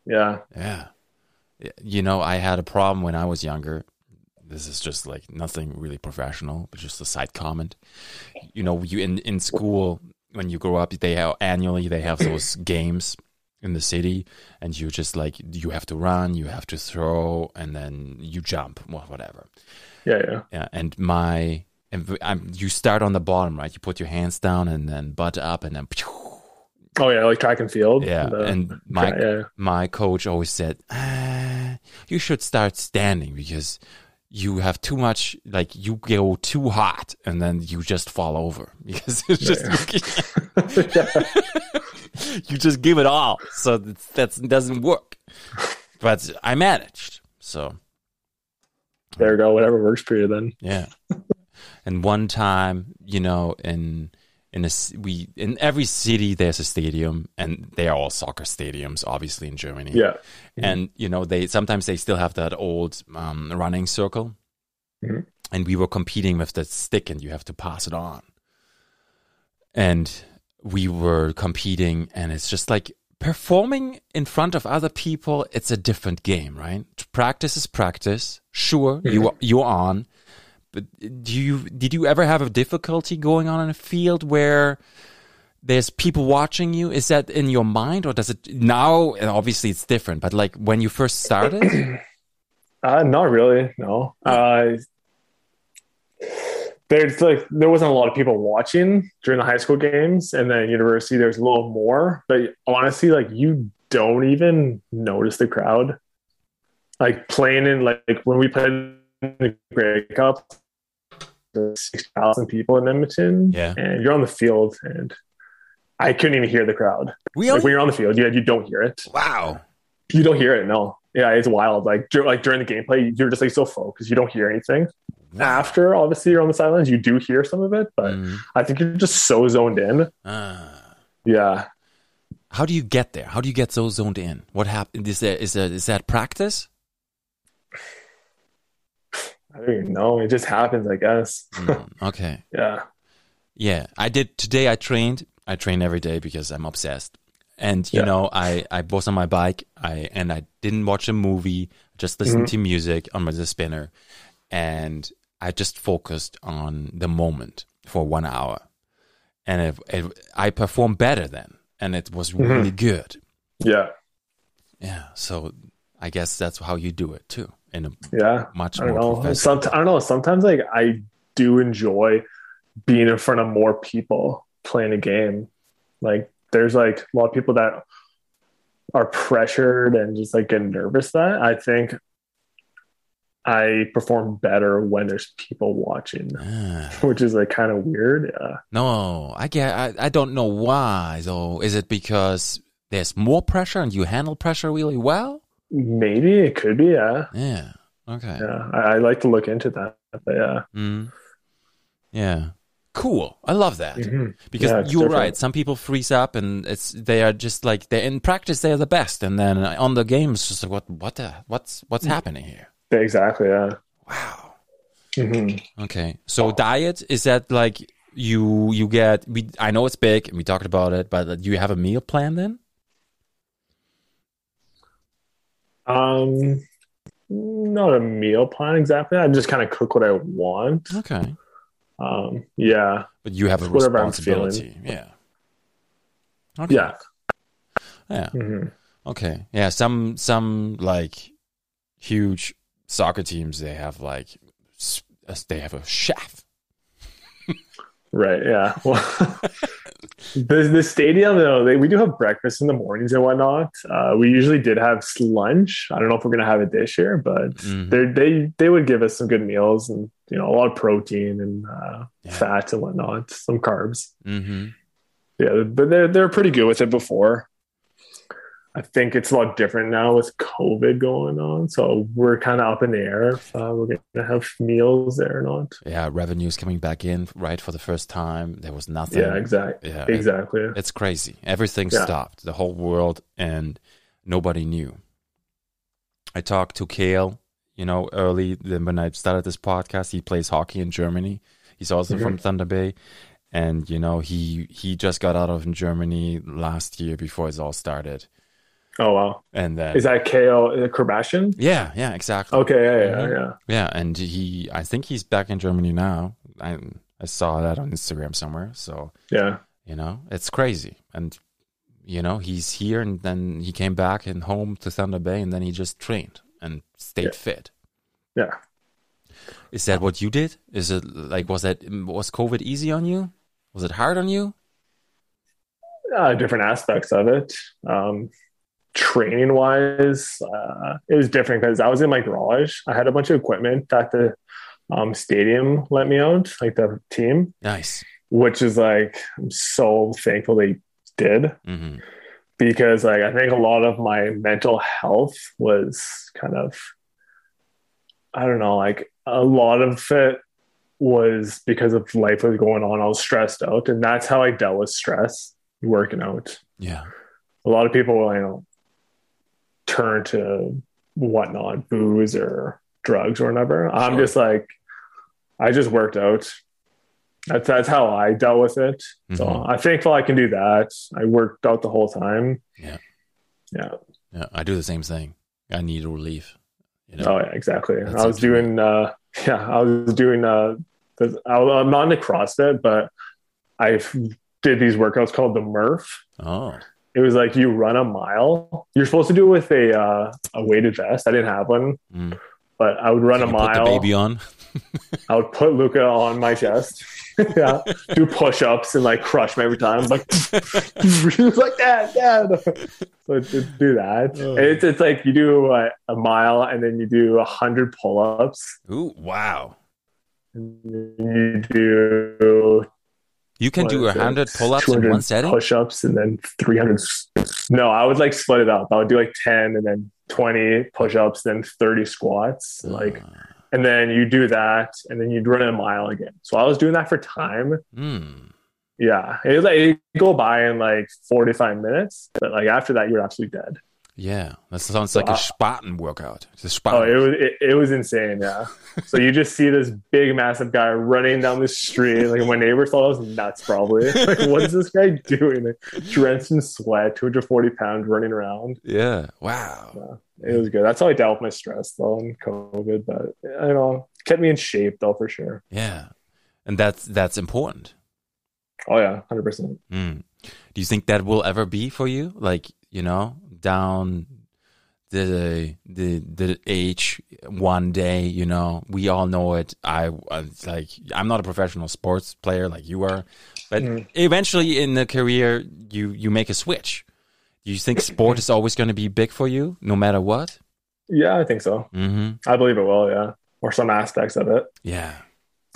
Yeah.
Yeah. Y- You know, I had a problem when I was younger. This is just like nothing really professional, but just a side comment. You know, you in, in school when you grow up, they have annually they have those games in the city, and you just like you have to run, you have to throw, and then you jump, wha- whatever.
Yeah. Yeah.
Yeah, and my and I'm, you start on the bottom, right? You put your hands down and then butt up, and then
Oh yeah, like track and field.
yeah.
The-
And my
yeah.
my coach always said, ah, "You should start standing because you have too much. Like you go too hot, and then you just fall over because it's just you, can't- you just give it all. So that doesn't work. But I managed. So
There we go. Whatever works for you then.
yeah. and one time, you know, in in a c- we in every city there's a stadium, and they are all soccer stadiums, obviously in Germany.
Yeah.
and you know they sometimes they still have that old um, running circle
Mhm.
and we were competing with that stick and you have to pass it on and we were competing and it's just like performing in front of other people it's a different game right practice is practice sure you you're on but do you did you ever have a difficulty going on in a field where there's people watching you is that in your mind or does it now and obviously it's different but like when you first started
Uh, not really. No. Uh, there's like there wasn't a lot of people watching during the high school games, and then university there's a little more. But honestly, like you don't even notice the crowd. Like playing in like, when we played in the Grey Cup, six thousand people in Edmonton,
Yeah.
and you're on the field, and I couldn't even hear the crowd.
really
Like when you're on the field, yeah, you don't hear it
wow
you don't hear it. No, yeah, it's wild. Like dur- like during the gameplay, you're just like so focused, you don't hear anything. After, obviously, you're on the sidelines, you do hear some of it, but
Mm.
I think you're just so zoned in.
Ah.
Yeah,
how do you get there how do you get so zoned in what happened is there is there is that practice
I don't even know. It just happens, I guess.
Mm, okay
Yeah,
Yeah, I did today. I trained. I train every day because I'm obsessed. And you
Yeah.
know, I I was on my bike. I and I didn't watch a movie. I just
Mm-hmm.
listened to music on my the spinner, and I just focused on the moment for one hour, and it, it, I performed better then, and it was
Mm-hmm.
really good.
yeah,
Yeah. So I guess that's how you do it too, in a
yeah.
much
I don't
more
know.
professional.
Some, I don't know. Sometimes, like, I do enjoy being in front of more people playing a game. Like, there's like a lot of people that are pressured and just like get nervous. That I think I perform better when there's people watching,
Ah.
which is like kind of weird. Yeah.
No, I get. I, I don't know why. So is it because there's more pressure and you handle pressure really well?
Maybe it could be. Yeah.
Yeah. Okay. Yeah.
Yeah. I, I like to look into that. But yeah.
Mm. yeah. Cool. I love that
Mhm.
because
Yeah, it's
you're
different.
right. Some people freeze up and it's they are just like they in practice they are the best, and then on the game it's just like what what the, what's what's happening here?
Exactly. Yeah.
Wow.
hmm
Okay. So diet is that like you you get we I know it's big and we talked about it, but you have a meal plan then?
Um, not a meal plan exactly. I just kind of cook what I want.
Okay.
Um, yeah,
But you have a
Whatever I'm
responsibility. Yeah. Okay.
yeah,
Yeah.
hmm
Okay. Yeah. Some some like huge soccer teams they have like s- uh, they have a chef.
right. Yeah. Well, the the stadium though, they, we do have breakfast in the mornings and whatnot. Uh, we usually did have s- lunch. I don't know if we're gonna have it this year, but
Mhm.
they they they would give us some good meals and you know a lot of protein and uh,
Yeah.
fats and whatnot, some carbs.
Mm-hmm.
yeah, but they're they're pretty good with it before. I think it's a lot different now with COVID going on, so we're kind of up in the air if uh, we're gonna have meals there or not.
Yeah, revenues coming back in, right? For the first time, there was nothing.
Yeah, exactly.
Yeah, it-
Exactly.
it's crazy. Everything
Yeah.
stopped, the whole world, and nobody knew. I talked to Kale, you know, early then when I started this podcast. He plays hockey in Germany. He's also
Mm-hmm.
from Thunder Bay, and you know he he just got out of Germany last year before it all started.
Oh wow,
And then
is that Kale uh, Kardashian?
yeah, yeah, exactly. Mm-hmm.
Okay, yeah, yeah, yeah.
Yeah, and he I think he's back in Germany now. I I saw that on Instagram somewhere. So
Yeah.
you know it's crazy and you know he's here and then he came back and home to thunder bay and then he just trained and stayed fit
Yeah.
is that what you did is it like was that was covid easy on you was it hard on you
uh, different aspects of it. Um, training wise, uh, it was different because I was in my garage. I had a bunch of equipment that the um, stadium let me out, like the team,
nice
which is like I'm so thankful they did
hmm
because like I think a lot of my mental health was kind of I don't know, like a lot of it was because of life was going on. I was stressed out, and that's how I dealt with stress working out
yeah
a lot of people you know turn to whatnot booze or drugs or whatever i'm
Sure.
just like i just worked out that's that's how i dealt with it so
Mhm.
i'm thankful i can do that i worked out the whole time
Yeah.
yeah
yeah i do the same thing i need relief you know
oh yeah exactly
That's
i was
interesting.
doing uh yeah i was doing uh the- I- i'm not into crossfit but i did these workouts called the murph
oh
it was like you run a mile. You're supposed to do it with a uh, a weighted vest. I didn't have one,
Mm.
but I would run
You
a
put the
mile.
baby on
I would put Luca on my chest. yeah, do push ups and like crush him every time. Like like that, dad. So to do that.
Oh.
It's it's like you do a, a mile and then you do a hundred pull ups.
Ooh, wow
You do
you can do
What
a
is it?
100 pull-ups in one setting
push-ups and then 300 s- no i would like split it up i would do like 10 and then 20 push-ups then 30 squats like
Ah,
and then you do that and then you'd run a mile again so i was doing that for time
mm.
yeah it was like it'd go by in like 45 minutes but like after that you're absolutely dead
yeah that sounds like a
I-
spartan workout it's a
oh
spartan
it was it, it was insane yeah so you just see this big massive guy running down the street like my neighbor thought i was nuts probably like what is this guy doing like, drenched in sweat 240 pounds running around
Yeah. Wow.
it was good. That's how I dealt with my stress though in COVID, but you know, kept me in shape though for sure.
Yeah. And that's that's important.
Oh yeah, hundred percent.
Mm. Do you think that will ever be for you? Like, you know, down the the the age one day, you know, we all know it. I, I like I'm not a professional sports player like you are, but
Mm.
eventually in the career you you make a switch. Do you think sport is always going to be big for you no matter what?
Yeah, I think so.
Mhm.
I believe it will. Yeah, or some aspects of it.
Yeah.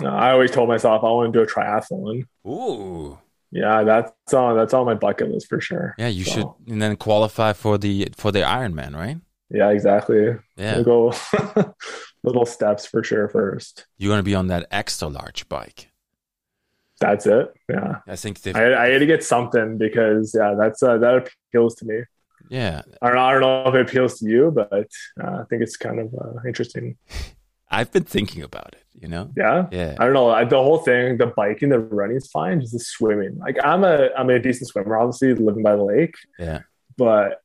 Uh, I always told myself I want to do a triathlon.
Ooh.
Yeah, that's on that's on my bucket list for sure.
Yeah, you
So,
should and then qualify for the for the Ironman, right?
Yeah, exactly.
Yeah.
We'll go little steps for sure first.
You're gonna be on that extra large bike.
That's it. Yeah,
I think they
I, I had to get something because yeah, that's uh, that appeals to me.
yeah.
I don't, I don't know if it appeals to you, but uh, I think it's kind of uh, interesting.
I've been thinking about it, you know?
Yeah.
Yeah.
I don't know. I, the whole thing, the biking, the running's fine. Just the swimming. Like I'm a, I'm a decent swimmer. Obviously, living by the lake.
Yeah.
But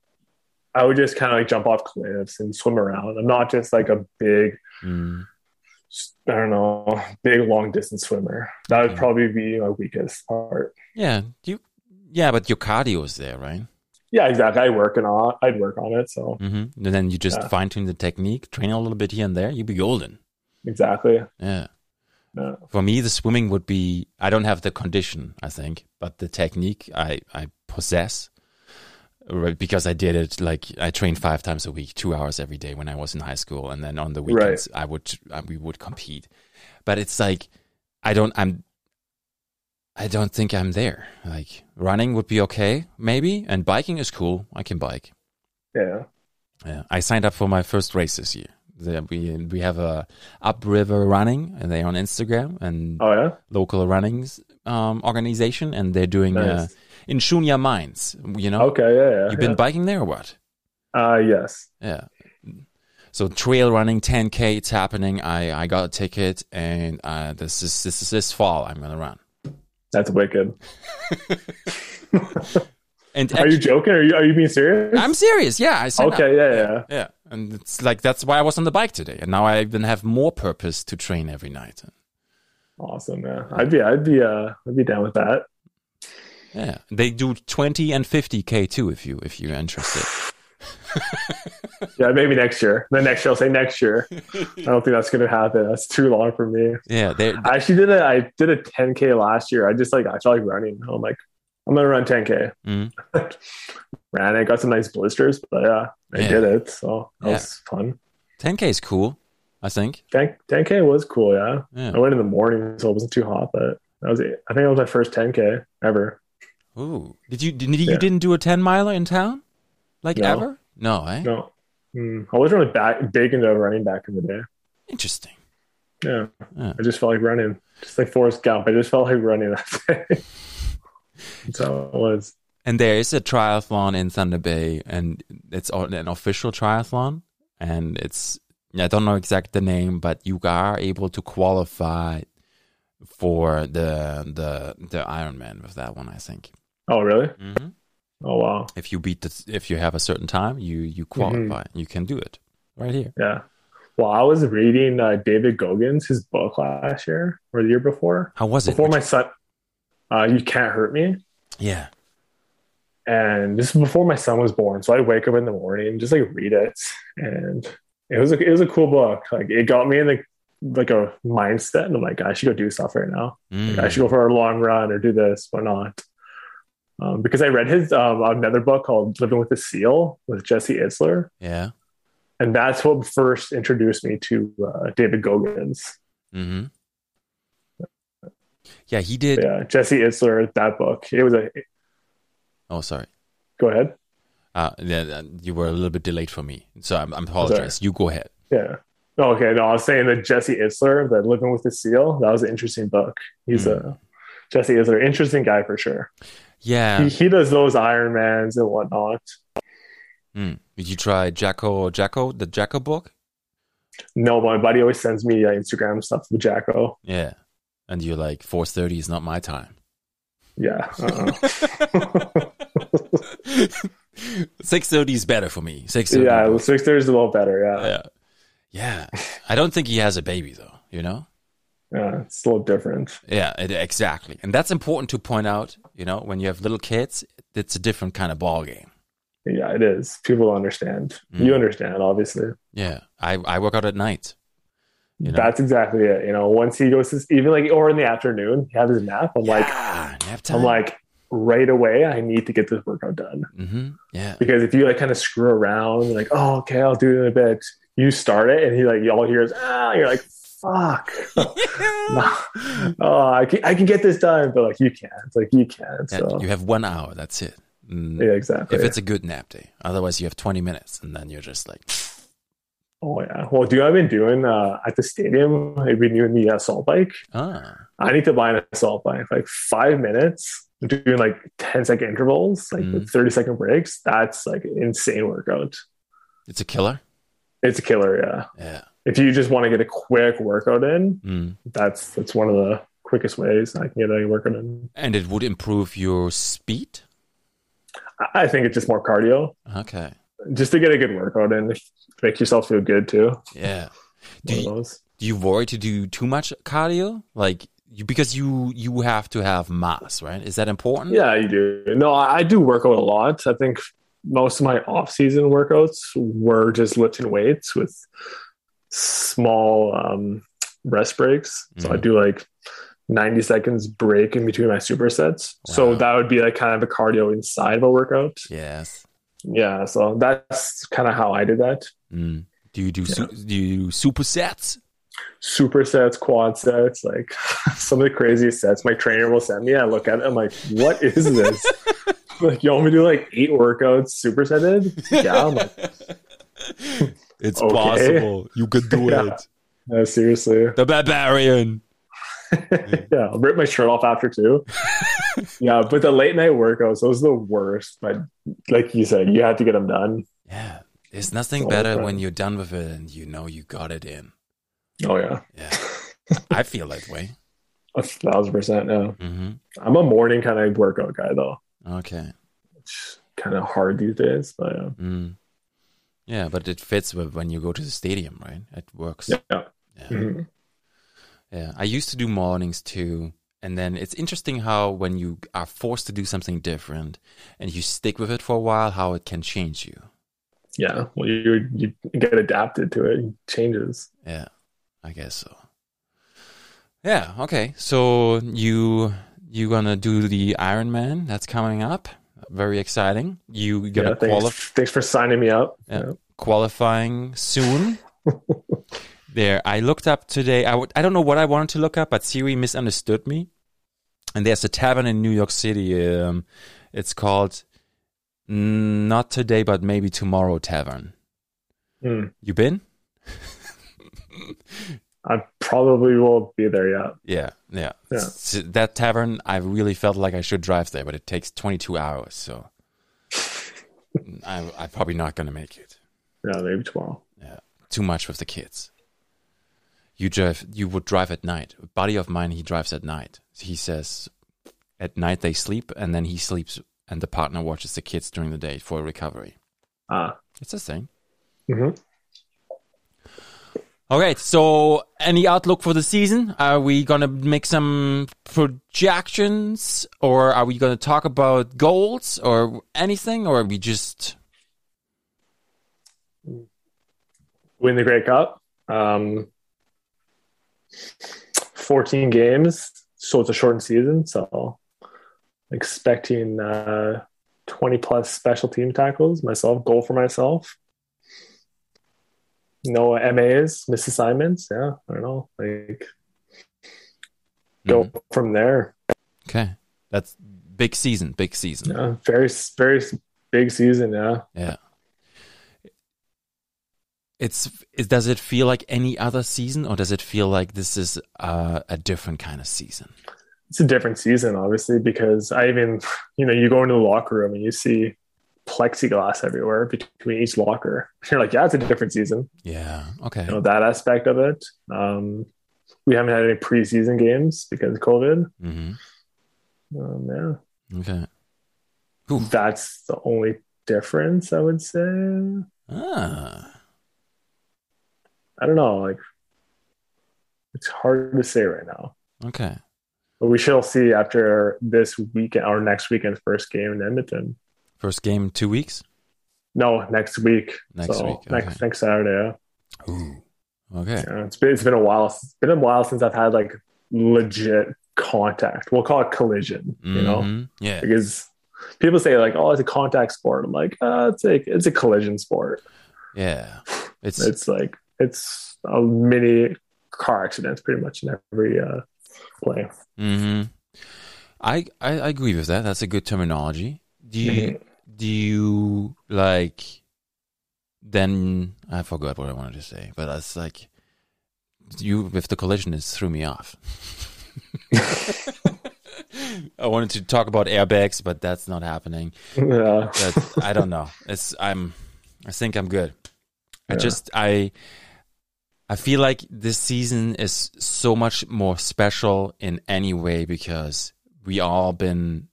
I would just kind of like jump off cliffs and swim around. I'm not just like a big,
Mm.
I don't know, big long distance swimmer. That would
Okay.
probably be my weakest part.
Yeah. You yeah, but your cardio is there, right?
Yeah, exactly. I work and on, I'd work on it. So
hmm And then you just
Yeah.
fine tune the technique, train a little bit here and there, you'd be golden.
exactly. Uh,
Yeah.
Yeah.
For me the swimming would be I don't have the condition, I think, but the technique I, I possess. Right, because I did it like I trained five times a week, two hours every day when I was in high school, and then on the
Right.
weekends uh, I would I, we would compete. But it's like I don't I'm I don't think I'm there. Like running would be okay, maybe, and biking is cool. I can bike.
Yeah.
Yeah, I signed up for my first race this year. The- We we have a upriver running, and they're on Instagram and
Oh yeah.
local runnings um, organization, and they're doing uh,
Nice.
in Shunya Mines. You know,
okay. Yeah. yeah
you've
yeah.
been biking there or what?
Uh, yes.
Yeah. So trail running, 10k, it's happening. I I got a ticket, and uh, this is this is this fall. I'm gonna run.
That's wicked.
And
Are you joking? Are you Are you being serious?
I'm serious. Yeah, I signed up.
okay. Yeah. Yeah.
Yeah, and it's like that's why I was on the bike today, and now I even have more purpose to train every night.
Awesome. man. I'd be. I'd be. Uh. I'd be down with that.
Yeah, they do twenty and fifty k too if you if you're interested.
Yeah. Maybe next year. The next year. I'll say next year. I don't think that's gonna happen. That's too long for me.
Yeah, they
I actually did a. I did a 10k last year. I just like. I felt like running. I'm like. I'm gonna run 10k.
mm,
Ran. I got some nice blisters, but yeah, I
Yeah.
did it. So that
Yeah.
was fun.
10k is cool, I think.
10, 10k was cool. Yeah. I
Yeah.
went in the morning, so it wasn't too hot, but that was it. I think that was my first 10k ever.
Ooh, did you did, you
Yeah.
didn't do a ten miler in town, like
No.
ever? No, eh?
No, mm, I wasn't really back, big into running back in the day.
Interesting.
Yeah,
Yeah.
I just felt like running, just like Forrest Gump. I just felt like running that day. That's how it was.
And there is a triathlon in Thunder Bay, and it's on- an official triathlon, and it's I don't know exact the name, but you are able to qualify for the the the Ironman with that one, I think.
Oh, really?
Mm-hmm.
Oh, wow.
If you beat the if you have a certain time, you you
Mm-hmm.
qualify, you can do it right here.
Yeah. Well, I was reading uh, David Goggins' his book last year or the year before.
How was it?
Before my son, uh, you can't hurt me.
yeah,
and this is before my son was born. So I'd wake up in the morning and just like read it, and it was a, it was a cool book. Like it got me in the like a mindset, and I'm like, I should go do stuff right now.
Mm.
I should go for a long run or do this, whatnot. Um, because I read his um, another book called Living with a Seal with Jesse Itzler,
yeah.
and that's what first introduced me to uh, David Goggins.
Mm-hmm. Yeah, he did.
Yeah, Jesse Itzler, that book. It was a
Oh, sorry.
go ahead.
Uh, yeah, yeah, you were a little bit delayed for me, so I'm, I'm apologize. You go ahead.
Yeah. Oh, okay. No, I was saying that Jesse Isler, the Living with the Seal, that was an interesting book. He's
Hmm.
a Jesse Isler, interesting guy for sure.
Yeah.
He, he does those Ironmans and whatnot.
Mm. Did you try Jacko Jacko the Jacko book?
No, my buddy always sends me uh, Instagram stuff with Jacko.
Yeah. And you're like, four thirty is not my time.
Yeah. Uh-uh.
Six thirty is better for me. Six thirty.
yeah. Six Thirty's a little better. Yeah.
yeah. Yeah. I don't think he has a baby though, you know?
Yeah. It's a little different.
Yeah, it, exactly. And that's important to point out, you know, when you have little kids, it's a different kind of ball game.
Yeah, it is. People don't understand.
Mm.
You understand, obviously.
Yeah. I, I work out at night. You know?
That's exactly it. You know, once he goes to, s- even like, or in the afternoon, he has his nap. I'm like,
yeah, nap time.
I'm like, right away, I need to get this workout done.
hmm yeah.
because if you like kind of screw around like oh okay i'll do it in a bit you start it and he like y'all hears ah you're like fuck oh I can, I can get this done but like you can't like you can't
Yeah,
so
you have one hour, that's it. Mm.
yeah exactly
if it's a good nap day. Otherwise, you have 20 minutes and then you're just like,
oh yeah well do you know what i've been doing uh at the stadium i've been doing the assault bike
ah,
i need to buy an assault bike like five minutes doing like 10 second intervals like
Mhm.
with 30 second breaks that's like insane workout
it's a killer.
it's a killer yeah
Yeah.
if you just want to get a quick workout in
Mm.
that's that's one of the quickest ways I can get any working in.
And it would improve your speed.
I- I think it's just more cardio,
Okay.
just to get a good workout in, if- make yourself feel good too.
Yeah. Do
One of
you,
those.
do you worry to do too much cardio? Like, you, because you you have to have mass, right? Is that important?
Yeah, you do. No, I, I do work out a lot. I think most of my off-season workouts were just lifting weights with small um, rest breaks. So I
Mhm.
do like 90 seconds break in between my supersets. So
Wow.
that would be like kind of a cardio inside of a workout.
Yes.
Yeah, so that's kind of how I did that.
Mm. Do you do su- do you do supersets?
super sets, quad sets, like some of the craziest sets. My trainer will send me. I look at it. I'm like, what is this? like, you want me to do like eight workouts supersetted? Yeah. I'm like,
It's
Okay.
possible. You could do
Yeah.
it.
no, seriously.
The barbarian.
Yeah. I'll rip my shirt off after too. yeah. But the late night workouts, those are the worst. But like you said, you have to get them done.
Yeah. There's nothing
All
better
right.
when you're done with it and you know you got it in.
Oh, yeah.
Yeah. I feel that way.
A thousand percent. No.
hmm
I'm a morning kind of workout guy, though.
Okay.
It's kind of hard these days. But um, yeah.
Mm. Yeah, but it fits with when you go to the stadium, right? It works.
Yeah.
Yeah.
Mhm.
Yeah, I used to do mornings too. And then it's interesting how when you are forced to do something different and you stick with it for a while, how it can change you.
Yeah. Well, you, you get adapted to it, it changes.
Yeah, I guess so. Yeah, okay. So you you gonna do the Ironman that's coming up. Very exciting. You
Yeah,
gonna
thanks,
qualify
thanks for signing me up.
Yeah. qualifying soon. there, I looked up today. I w- I don't know what I wanted to look up, but Siri misunderstood me. And there's a tavern in New York City. Um, it's called mm, Not Today, but Maybe Tomorrow Tavern.
Hmm.
You been?
I probably won't be there yet.
Yeah, yeah.
Yeah.
S- s- that tavern, I really felt like I should drive there, but it takes 22 hours, so I, I'm probably not gonna make it.
Yeah, maybe tomorrow.
too much with the kids. You drive. You would drive at night. A buddy of mine, he drives at night. He says, at night they sleep, and then he sleeps, and the partner watches the kids during the day for recovery.
Ah,
It's the same.
Mhm.
All right. So, any outlook for the season? Are we gonna make some projections, or are we gonna talk about goals or anything, or are we just
win the Great Cup. Um, 14 games, so it's a shortened season. So expecting uh, 20 plus special team tackles myself, goal for myself. No MAs, misassignments. Yeah, I don't know. Like, go from there.
okay? That's big season. Big season.
Yeah, very very big season. Yeah,
Yeah. It's it, does it feel like any other season, or does it feel like this is uh, a different kind of season?
it's a different season, obviously, because I even you know you go into the locker room and you see plexiglass everywhere between each locker. You're like, yeah, it's a different season.
Yeah. Okay.
You know that aspect of it. Um, we haven't had any preseason games because of COVID.
hmm
Um, yeah,
Okay.
that's the only difference I would say. I
Ah.
don't know, like it's hard to say right now.
Okay.
But we shall see after this weekend, our next weekend's first game in Edmonton.
First game in two weeks.
No, next week.
Next
So,
week,
Next
okay.
next Saturday.
Ooh. Okay.
Yeah. Yeah, It's been it's been a while. It's been a while since I've had like legit contact. We'll call it collision. You know,
Mhm. Yeah.
because people say like, "Oh, it's a contact sport." I'm like, uh, "It's like it's a collision sport."
Yeah. It's
It's like it's a mini car accidents pretty much in every uh, play.
Mm-hmm. I, I I agree with that. That's a good terminology. Do you
Mm-hmm.
do you like then I forgot what I wanted to say, but that's like you with the collision it threw me off. I wanted to talk about airbags, but that's not happening.
yeah.
But I don't know. It's I'm I think I'm good. I
Yeah.
just I I feel like this season is so much more special in any way because we all been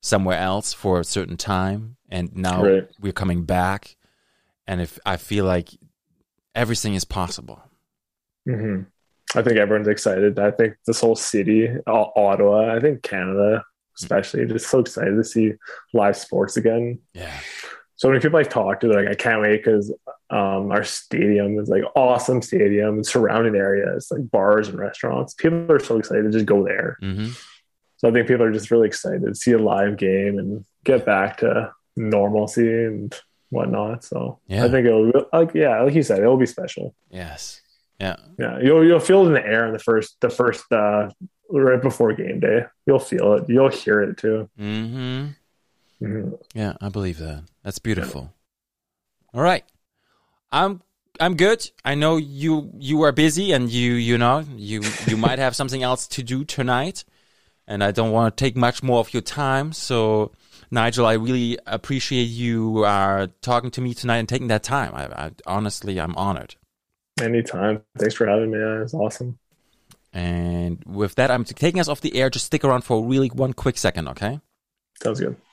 somewhere else for a certain time and now
Right.
we're coming back and if I feel like everything is possible.
hmm I think everyone's excited. I think this whole city, O- Ottawa, I think Canada, especially, just so excited to see live sports again.
Yeah.
So many people I talk to, they're like, I can't wait because um, our stadium is like awesome stadium and surrounding areas, like bars and restaurants. People are so excited to just go there.
Mhm.
So I think people are just really excited to see a live game and get back to normalcy and whatnot. So
Yeah.
I think it'll, like, yeah, like you said, it'll be special.
Yes. Yeah.
Yeah, you'll you'll feel it in the air the first the first uh, right before game day. You'll feel it. You'll hear it too.
hmm
Mhm.
Yeah, I believe that. That's beautiful. All right. I'm I'm good. I know you you are busy and you you know, you you might have something else to do tonight and I don't want to take much more of your time. So Nigel, I really appreciate you uh, talking to me tonight and taking that time. I, I honestly I'm honored.
Anytime. Thanks for having me. It's awesome.
And with that I'm taking us off the air. Just stick around for really one quick second, okay?
Sounds good.